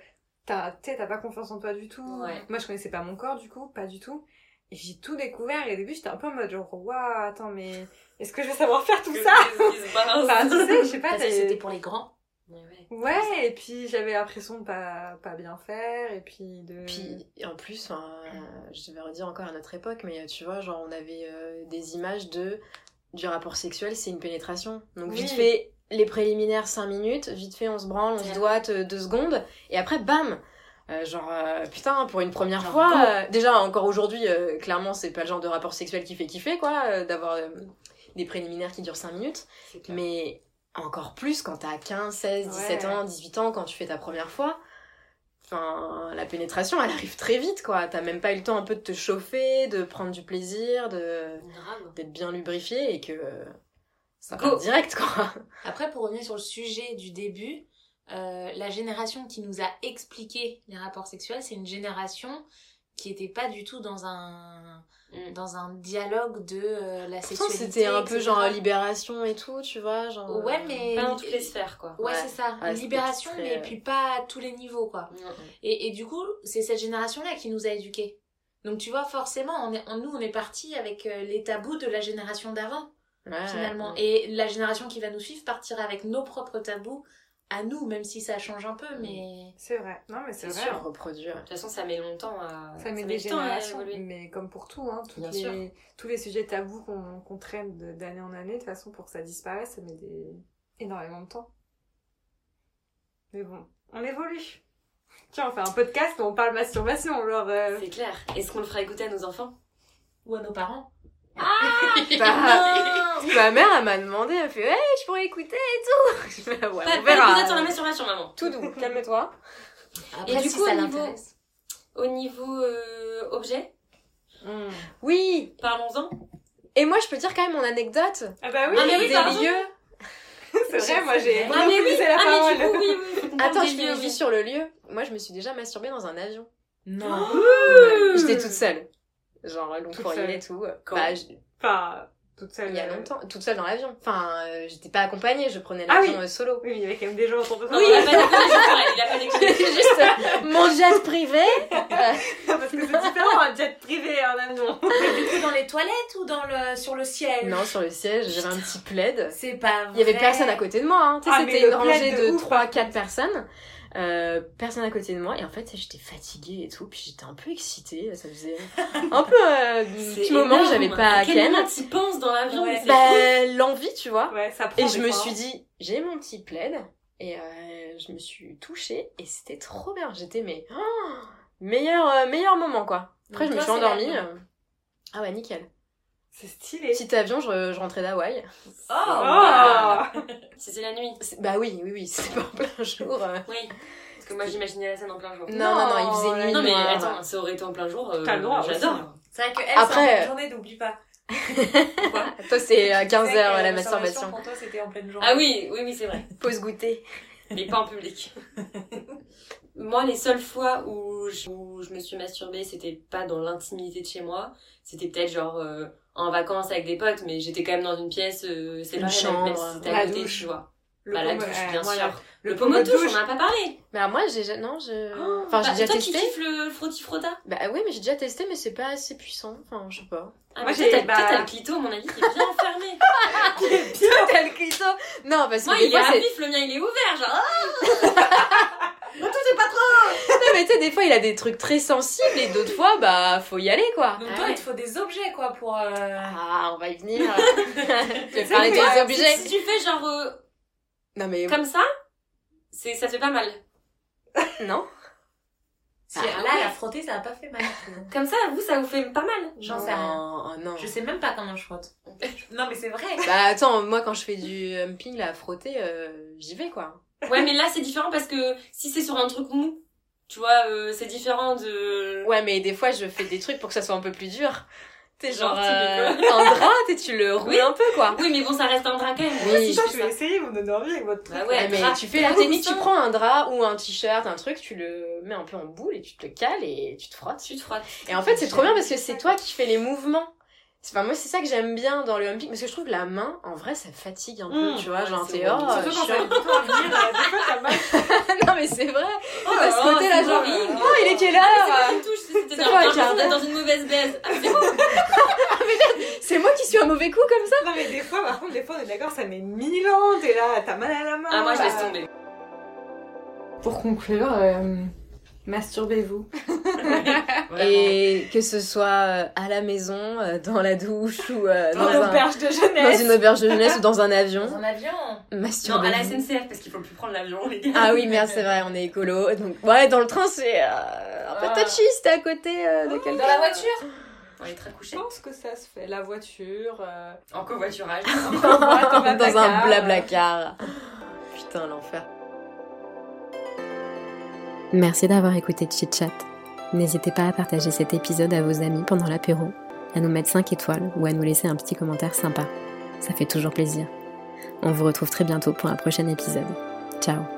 Speaker 3: t'as tu sais, t'as pas confiance en toi du tout.
Speaker 6: Ouais.
Speaker 3: Moi, je connaissais pas mon corps, du coup, pas du tout. Et j'ai tout découvert, et au début, j'étais un peu en mode genre, waouh, attends, mais est-ce que je vais savoir faire tout ça
Speaker 6: Qu'est-ce qui se passe
Speaker 3: Enfin, tu sais, je sais pas,
Speaker 5: Parce que
Speaker 3: t'as-
Speaker 5: c'était pour les grands.
Speaker 6: Mais ouais.
Speaker 3: Ouais, et puis j'avais l'impression de pas, pas bien faire, et puis de.
Speaker 2: Puis en plus, enfin, euh, je vais redire encore à notre époque, mais euh, tu vois, genre on avait euh, des images de du rapport sexuel, c'est une pénétration. Donc
Speaker 3: Oui.
Speaker 2: vite fait les préliminaires 5 minutes, vite fait on se branle, on
Speaker 5: Ouais.
Speaker 2: se doite 2 secondes, et après bam Euh, genre euh, putain pour une première
Speaker 5: Genre,
Speaker 2: fois
Speaker 5: go.
Speaker 2: euh, déjà encore aujourd'hui euh, clairement c'est pas le genre de rapport sexuel qui fait kiffer quoi euh, d'avoir euh, des préliminaires qui durent 5 minutes
Speaker 6: C'est clair.
Speaker 2: mais encore plus quand t'as 15, 16, 17
Speaker 3: Ouais.
Speaker 2: ans, 18 ans, quand tu fais ta première fois. Enfin, la pénétration, elle arrive très vite, quoi. T'as même pas eu le temps un peu de te chauffer, de prendre du plaisir, de
Speaker 6: Grave.
Speaker 2: d'être bien lubrifié et que euh, ça
Speaker 6: Go.
Speaker 2: part direct, quoi.
Speaker 5: Après, pour revenir sur le sujet du début, euh, la génération qui nous a expliqué les rapports sexuels, c'est une génération qui était pas du tout dans un
Speaker 6: Mm.
Speaker 5: dans un dialogue de euh, la
Speaker 2: Pourtant,
Speaker 5: sexualité.
Speaker 2: c'était un peu
Speaker 5: etc..
Speaker 2: genre libération et tout, tu vois, genre. euh,
Speaker 5: Ouais, mais
Speaker 6: Pas dans toutes les sphères, quoi.
Speaker 5: Ouais,
Speaker 2: Ouais.
Speaker 5: c'est ça.
Speaker 2: Ouais, c'était
Speaker 5: Libération,
Speaker 2: très,
Speaker 5: mais
Speaker 2: euh,
Speaker 5: puis pas à tous les niveaux, quoi.
Speaker 6: Non.
Speaker 5: Et, et du coup, c'est cette génération-là qui nous a éduqués. Donc tu vois, forcément, on est, on- nous, on est parti avec euh, les tabous de la génération d'avant,
Speaker 2: Ouais,
Speaker 5: finalement.
Speaker 2: ouais.
Speaker 5: Et la génération qui va nous suivre partira avec nos propres tabous à nous, même si ça change un
Speaker 2: Mm.
Speaker 5: peu, mais...
Speaker 3: C'est vrai. Non, mais c'est
Speaker 6: C'est
Speaker 3: vrai.
Speaker 6: sûr.
Speaker 2: À reproduire.
Speaker 6: De toute façon, ça met longtemps à.
Speaker 3: Ça met
Speaker 6: du
Speaker 3: des
Speaker 6: temps à
Speaker 3: générations,
Speaker 6: évoluer.
Speaker 3: mais comme pour tout, hein, toutes
Speaker 6: Bien
Speaker 3: les-
Speaker 6: sûr.
Speaker 3: tous les sujets tabous qu'on qu'on traîne de- d'année en année, de toute façon, pour que ça disparaisse, ça met des... énormément de temps. Mais bon, on évolue. Tiens, on fait un podcast où on parle masturbation, genre... euh,
Speaker 6: C'est clair. Est-ce qu'on le fera écouter à nos enfants
Speaker 5: Ou à nos parents.
Speaker 2: Bah, ma mère, elle m'a demandé, elle fait, hey, je pourrais écouter et tout. Je fais, ouais,
Speaker 6: Pas
Speaker 2: on
Speaker 6: pas d'épisode sur la
Speaker 2: verra.
Speaker 6: masturbation, maman.
Speaker 2: Tout doux, calme-toi.
Speaker 5: Après,
Speaker 6: Et du
Speaker 5: si
Speaker 6: coup,
Speaker 5: ça
Speaker 6: au niveau-
Speaker 5: l'intéresse.
Speaker 6: Au niveau euh, objet,
Speaker 3: hmm.
Speaker 2: Oui,
Speaker 6: parlons-en.
Speaker 2: Et moi, je peux dire quand même mon anecdote.
Speaker 3: Ah bah oui,
Speaker 6: Ah, mais oui,
Speaker 2: des
Speaker 6: pardon.
Speaker 2: lieux.
Speaker 3: c'est vrai, moi j'ai
Speaker 6: Ah, mais oui,
Speaker 3: monopolisé la
Speaker 6: ah, mais du
Speaker 3: parole.
Speaker 6: coup, oui, oui. faut qu'on parle
Speaker 2: Attends,
Speaker 6: des
Speaker 2: je
Speaker 6: lieux,
Speaker 2: finis
Speaker 6: oui.
Speaker 2: juste sur le lieu. Moi, je me suis déjà masturbée dans un avion.
Speaker 5: Non.
Speaker 2: J'étais toute seule. Genre, long
Speaker 3: Toute
Speaker 2: courrier
Speaker 3: seule.
Speaker 2: et tout.
Speaker 6: Quand
Speaker 2: Bah, j-
Speaker 3: Enfin, toute seule.
Speaker 2: il y a
Speaker 3: euh,
Speaker 2: longtemps. Toute seule dans l'avion. Enfin, euh, j'étais pas accompagnée, je prenais
Speaker 3: Ah
Speaker 2: l'avion
Speaker 3: oui.
Speaker 2: euh, solo.
Speaker 3: Oui, mais il y avait quand même des gens autour de toi.
Speaker 6: Oui, il a pas d'école, il a pas d'école.
Speaker 2: juste euh, mon jet privé.
Speaker 3: parce que c'est différent, un jet privé et un avion.
Speaker 5: Mais du coup, dans les toilettes ou dans le... sur le ciel
Speaker 2: Non, sur le siège, j'avais un petit plaid.
Speaker 5: C'est pas vrai.
Speaker 2: Il y avait personne à côté de moi. Hein. Tu sais,
Speaker 3: Ah, mais
Speaker 2: C'était
Speaker 3: le
Speaker 2: une
Speaker 3: plaid
Speaker 2: rangée
Speaker 3: de
Speaker 2: de,
Speaker 3: ouf,
Speaker 2: 3-4 personnes. Euh, personne à côté de moi et en fait j'étais fatiguée et tout puis j'étais un peu excitée ça faisait un peu euh, petit moment que
Speaker 6: énorme.
Speaker 2: j'avais pas
Speaker 6: à
Speaker 2: à
Speaker 6: quel
Speaker 2: ken
Speaker 6: moment tu penses dans l'avion
Speaker 5: Ouais.
Speaker 6: mais c'est
Speaker 2: bah,
Speaker 6: fou.
Speaker 2: l'envie, tu vois.
Speaker 3: Ouais, ça prend
Speaker 2: Et je
Speaker 3: des
Speaker 2: me
Speaker 3: fois,
Speaker 2: suis
Speaker 3: hein.
Speaker 2: dit, j'ai mon petit plaid, et euh, je me suis touchée, et c'était trop bien. J'étais, mais, oh, meilleur, euh, meilleur moment, quoi. Après,
Speaker 5: Donc
Speaker 2: je
Speaker 5: toi,
Speaker 2: me suis
Speaker 5: c'est
Speaker 2: endormie.
Speaker 5: l'avion.
Speaker 2: euh, Ah ouais, nickel.
Speaker 3: C'est stylé.
Speaker 2: Petit avion, je, je rentrais d'Hawaï.
Speaker 5: Oh,
Speaker 3: Oh
Speaker 6: C'était la nuit.
Speaker 2: C'est- Bah oui, oui, oui, c'était pas en plein jour. euh.
Speaker 6: Oui. Parce que moi j'imaginais la scène en plein jour.
Speaker 2: Non, non, non, il faisait nuit.
Speaker 6: Non mais
Speaker 2: noire.
Speaker 6: attends, ça aurait été en plein jour. euh,
Speaker 3: T'as le droit,
Speaker 6: J'adore.
Speaker 5: C'est vrai que elle,
Speaker 2: Après-
Speaker 5: c'est en pleine journée, n'oublie pas. euh,
Speaker 2: Toi, c'est à
Speaker 5: Tu disais
Speaker 2: 15h
Speaker 5: que
Speaker 2: la masturbation.
Speaker 5: Pour toi, c'était en pleine journée.
Speaker 6: Ah oui, oui, oui, c'est vrai.
Speaker 2: Pause goûter.
Speaker 6: Mais pas en public. moi, les seules fois où je, où je me suis masturbée, c'était pas dans l'intimité de chez moi. C'était peut-être genre euh, en vacances avec des potes, mais j'étais quand même dans une pièce euh, séparée,
Speaker 2: chambre,
Speaker 6: même si c'était
Speaker 3: la
Speaker 6: à côté,
Speaker 3: douche.
Speaker 6: tu vois.
Speaker 3: Le
Speaker 6: bah, la
Speaker 3: pommeau-
Speaker 6: douche,
Speaker 3: ouais,
Speaker 6: bien
Speaker 3: voilà.
Speaker 6: sûr. Le pommeau de douche, on en a pas parlé.
Speaker 2: Mais alors, Bah, moi, j'ai. Non, je.
Speaker 6: Oh,
Speaker 2: Enfin, j'ai
Speaker 6: bah,
Speaker 2: déjà
Speaker 6: toi qui
Speaker 2: testé.
Speaker 6: kiffes le frotti-frotta.
Speaker 2: Bah oui, mais j'ai déjà testé, mais c'est pas assez puissant. Enfin, je sais pas.
Speaker 6: Ah,
Speaker 3: Moi,
Speaker 6: mais toi,
Speaker 3: j'ai-
Speaker 6: t'as
Speaker 3: bah-
Speaker 6: toi, t'as le clito, à mon avis, qui est bien fermé.
Speaker 2: T'as le clito Non, parce que
Speaker 6: Moi,
Speaker 2: des
Speaker 6: il est
Speaker 2: fois,
Speaker 6: à
Speaker 2: c'est-
Speaker 6: vif, le mien, il est ouvert, genre. ah
Speaker 5: Moi, tout, c'est pas trop
Speaker 2: mais tu sais, des fois, il a des trucs très sensibles et d'autres fois, bah, faut y aller, quoi.
Speaker 5: Donc
Speaker 2: Ah
Speaker 5: toi,
Speaker 2: ouais.
Speaker 5: il te faut des objets, quoi, pour... euh,
Speaker 2: Ah, on va y venir. tu veux parler
Speaker 6: Ouais,
Speaker 2: des
Speaker 6: si-
Speaker 2: objets
Speaker 6: Si tu fais genre euh,
Speaker 2: Non, mais
Speaker 6: comme ça, c'est ça fait pas mal.
Speaker 2: non.
Speaker 5: Si,
Speaker 2: Ah,
Speaker 5: là,
Speaker 6: ouais.
Speaker 5: la frotter, ça a pas fait mal. je trouve.
Speaker 6: Comme ça, vous, ça vous fait pas mal.
Speaker 5: J'en sais rien.
Speaker 2: Non, non.
Speaker 5: Je sais même pas comment je frotte. Hein Non, mais c'est vrai.
Speaker 2: Bah, attends, moi, quand je fais du humping, là, à frotter, euh, j'y vais, quoi.
Speaker 6: Ouais, mais là, c'est différent parce que si c'est sur un truc mou, tu vois, euh, c'est différent de.
Speaker 2: Ouais, mais des fois, je fais des trucs pour que ça soit un peu plus dur. T'es genre,
Speaker 6: Genre, tu mets
Speaker 2: euh, un drap, t'sais, tu le roules
Speaker 6: Oui.
Speaker 2: un peu, quoi.
Speaker 6: Oui, mais bon, ça reste un drap quand même.
Speaker 2: Oui,
Speaker 6: Moi, si
Speaker 3: Ça, je
Speaker 6: je fais
Speaker 3: vais
Speaker 6: ça.
Speaker 3: essayer, vous me donnez envie avec votre truc.
Speaker 6: Bah ouais,
Speaker 2: Ah, mais
Speaker 6: drap-
Speaker 2: tu fais
Speaker 6: drap
Speaker 2: la limite,
Speaker 6: coussin.
Speaker 2: tu prends un drap ou un t-shirt, un truc, tu le mets un peu en boule et tu te le cales et tu te frottes.
Speaker 6: Tu te frottes.
Speaker 2: Et en fait, c'est trop bien parce que c'est toi qui fais les mouvements. C'est enfin, moi, c'est ça que j'aime bien dans le humping parce que je trouve que la main, en vrai, ça fatigue un peu,
Speaker 6: Mmh,
Speaker 2: tu vois.
Speaker 6: ouais,
Speaker 2: genre,
Speaker 6: c'est
Speaker 2: t'es
Speaker 6: bon.
Speaker 2: oh,
Speaker 3: Surtout quand
Speaker 2: chiant.
Speaker 3: ça plutôt à venir, euh, des fois, ça marche.
Speaker 2: non, mais c'est vrai.
Speaker 6: Oh
Speaker 2: T'as Ah, bah, ce côté-là,
Speaker 6: c'est
Speaker 2: genre,
Speaker 6: horrible. Ah,
Speaker 2: oh, il est quelle heure
Speaker 6: Une touche,
Speaker 2: C'est
Speaker 6: c'était dans,
Speaker 2: quoi,
Speaker 6: dans-
Speaker 2: Clara
Speaker 6: dans- dans une mauvaise baise. Ah, c'est bon.
Speaker 2: C'est moi qui suis un mauvais coup comme ça.
Speaker 3: Non, mais des fois, par contre, des fois, on est d'accord, ça met mille ans, t'es là, t'as mal à la main.
Speaker 6: Ah, moi, je laisse
Speaker 3: bah.
Speaker 6: tomber.
Speaker 3: Pour conclure, euh, masturbez-vous.
Speaker 2: Et que ce soit euh, à la maison, euh, dans la douche ou euh, dans,
Speaker 3: Dans
Speaker 2: un-
Speaker 3: l'auberge de
Speaker 2: dans
Speaker 3: jeunesse.
Speaker 2: une auberge de jeunesse ou dans un
Speaker 5: Dans
Speaker 2: avion,
Speaker 5: un avion.
Speaker 6: Non, à la
Speaker 2: masturbez-vous.
Speaker 6: SNCF parce qu'il faut plus prendre l'avion, les gars.
Speaker 2: Ah oui, merde, c'est vrai, on est écolo. Donc, ouais, dans le train, c'est euh, un peu
Speaker 5: Ah.
Speaker 2: touchy si t'es à côté euh,
Speaker 6: Ah.
Speaker 2: de
Speaker 5: Dans
Speaker 2: quelqu'un.
Speaker 5: la voiture.
Speaker 6: On est très
Speaker 3: Je
Speaker 6: couchés.
Speaker 3: pense que ça se fait. La voiture. euh,
Speaker 6: En covoiturage.
Speaker 3: dans un
Speaker 2: dans un
Speaker 3: blablacar.
Speaker 2: blablacar. Putain, l'enfer.
Speaker 1: Merci d'avoir écouté Chit Chat. N'hésitez pas à partager cet épisode à vos amis pendant l'apéro, à nous mettre 5 étoiles ou à nous laisser un petit commentaire sympa. Ça fait toujours plaisir. On vous retrouve très bientôt pour un prochain épisode. Ciao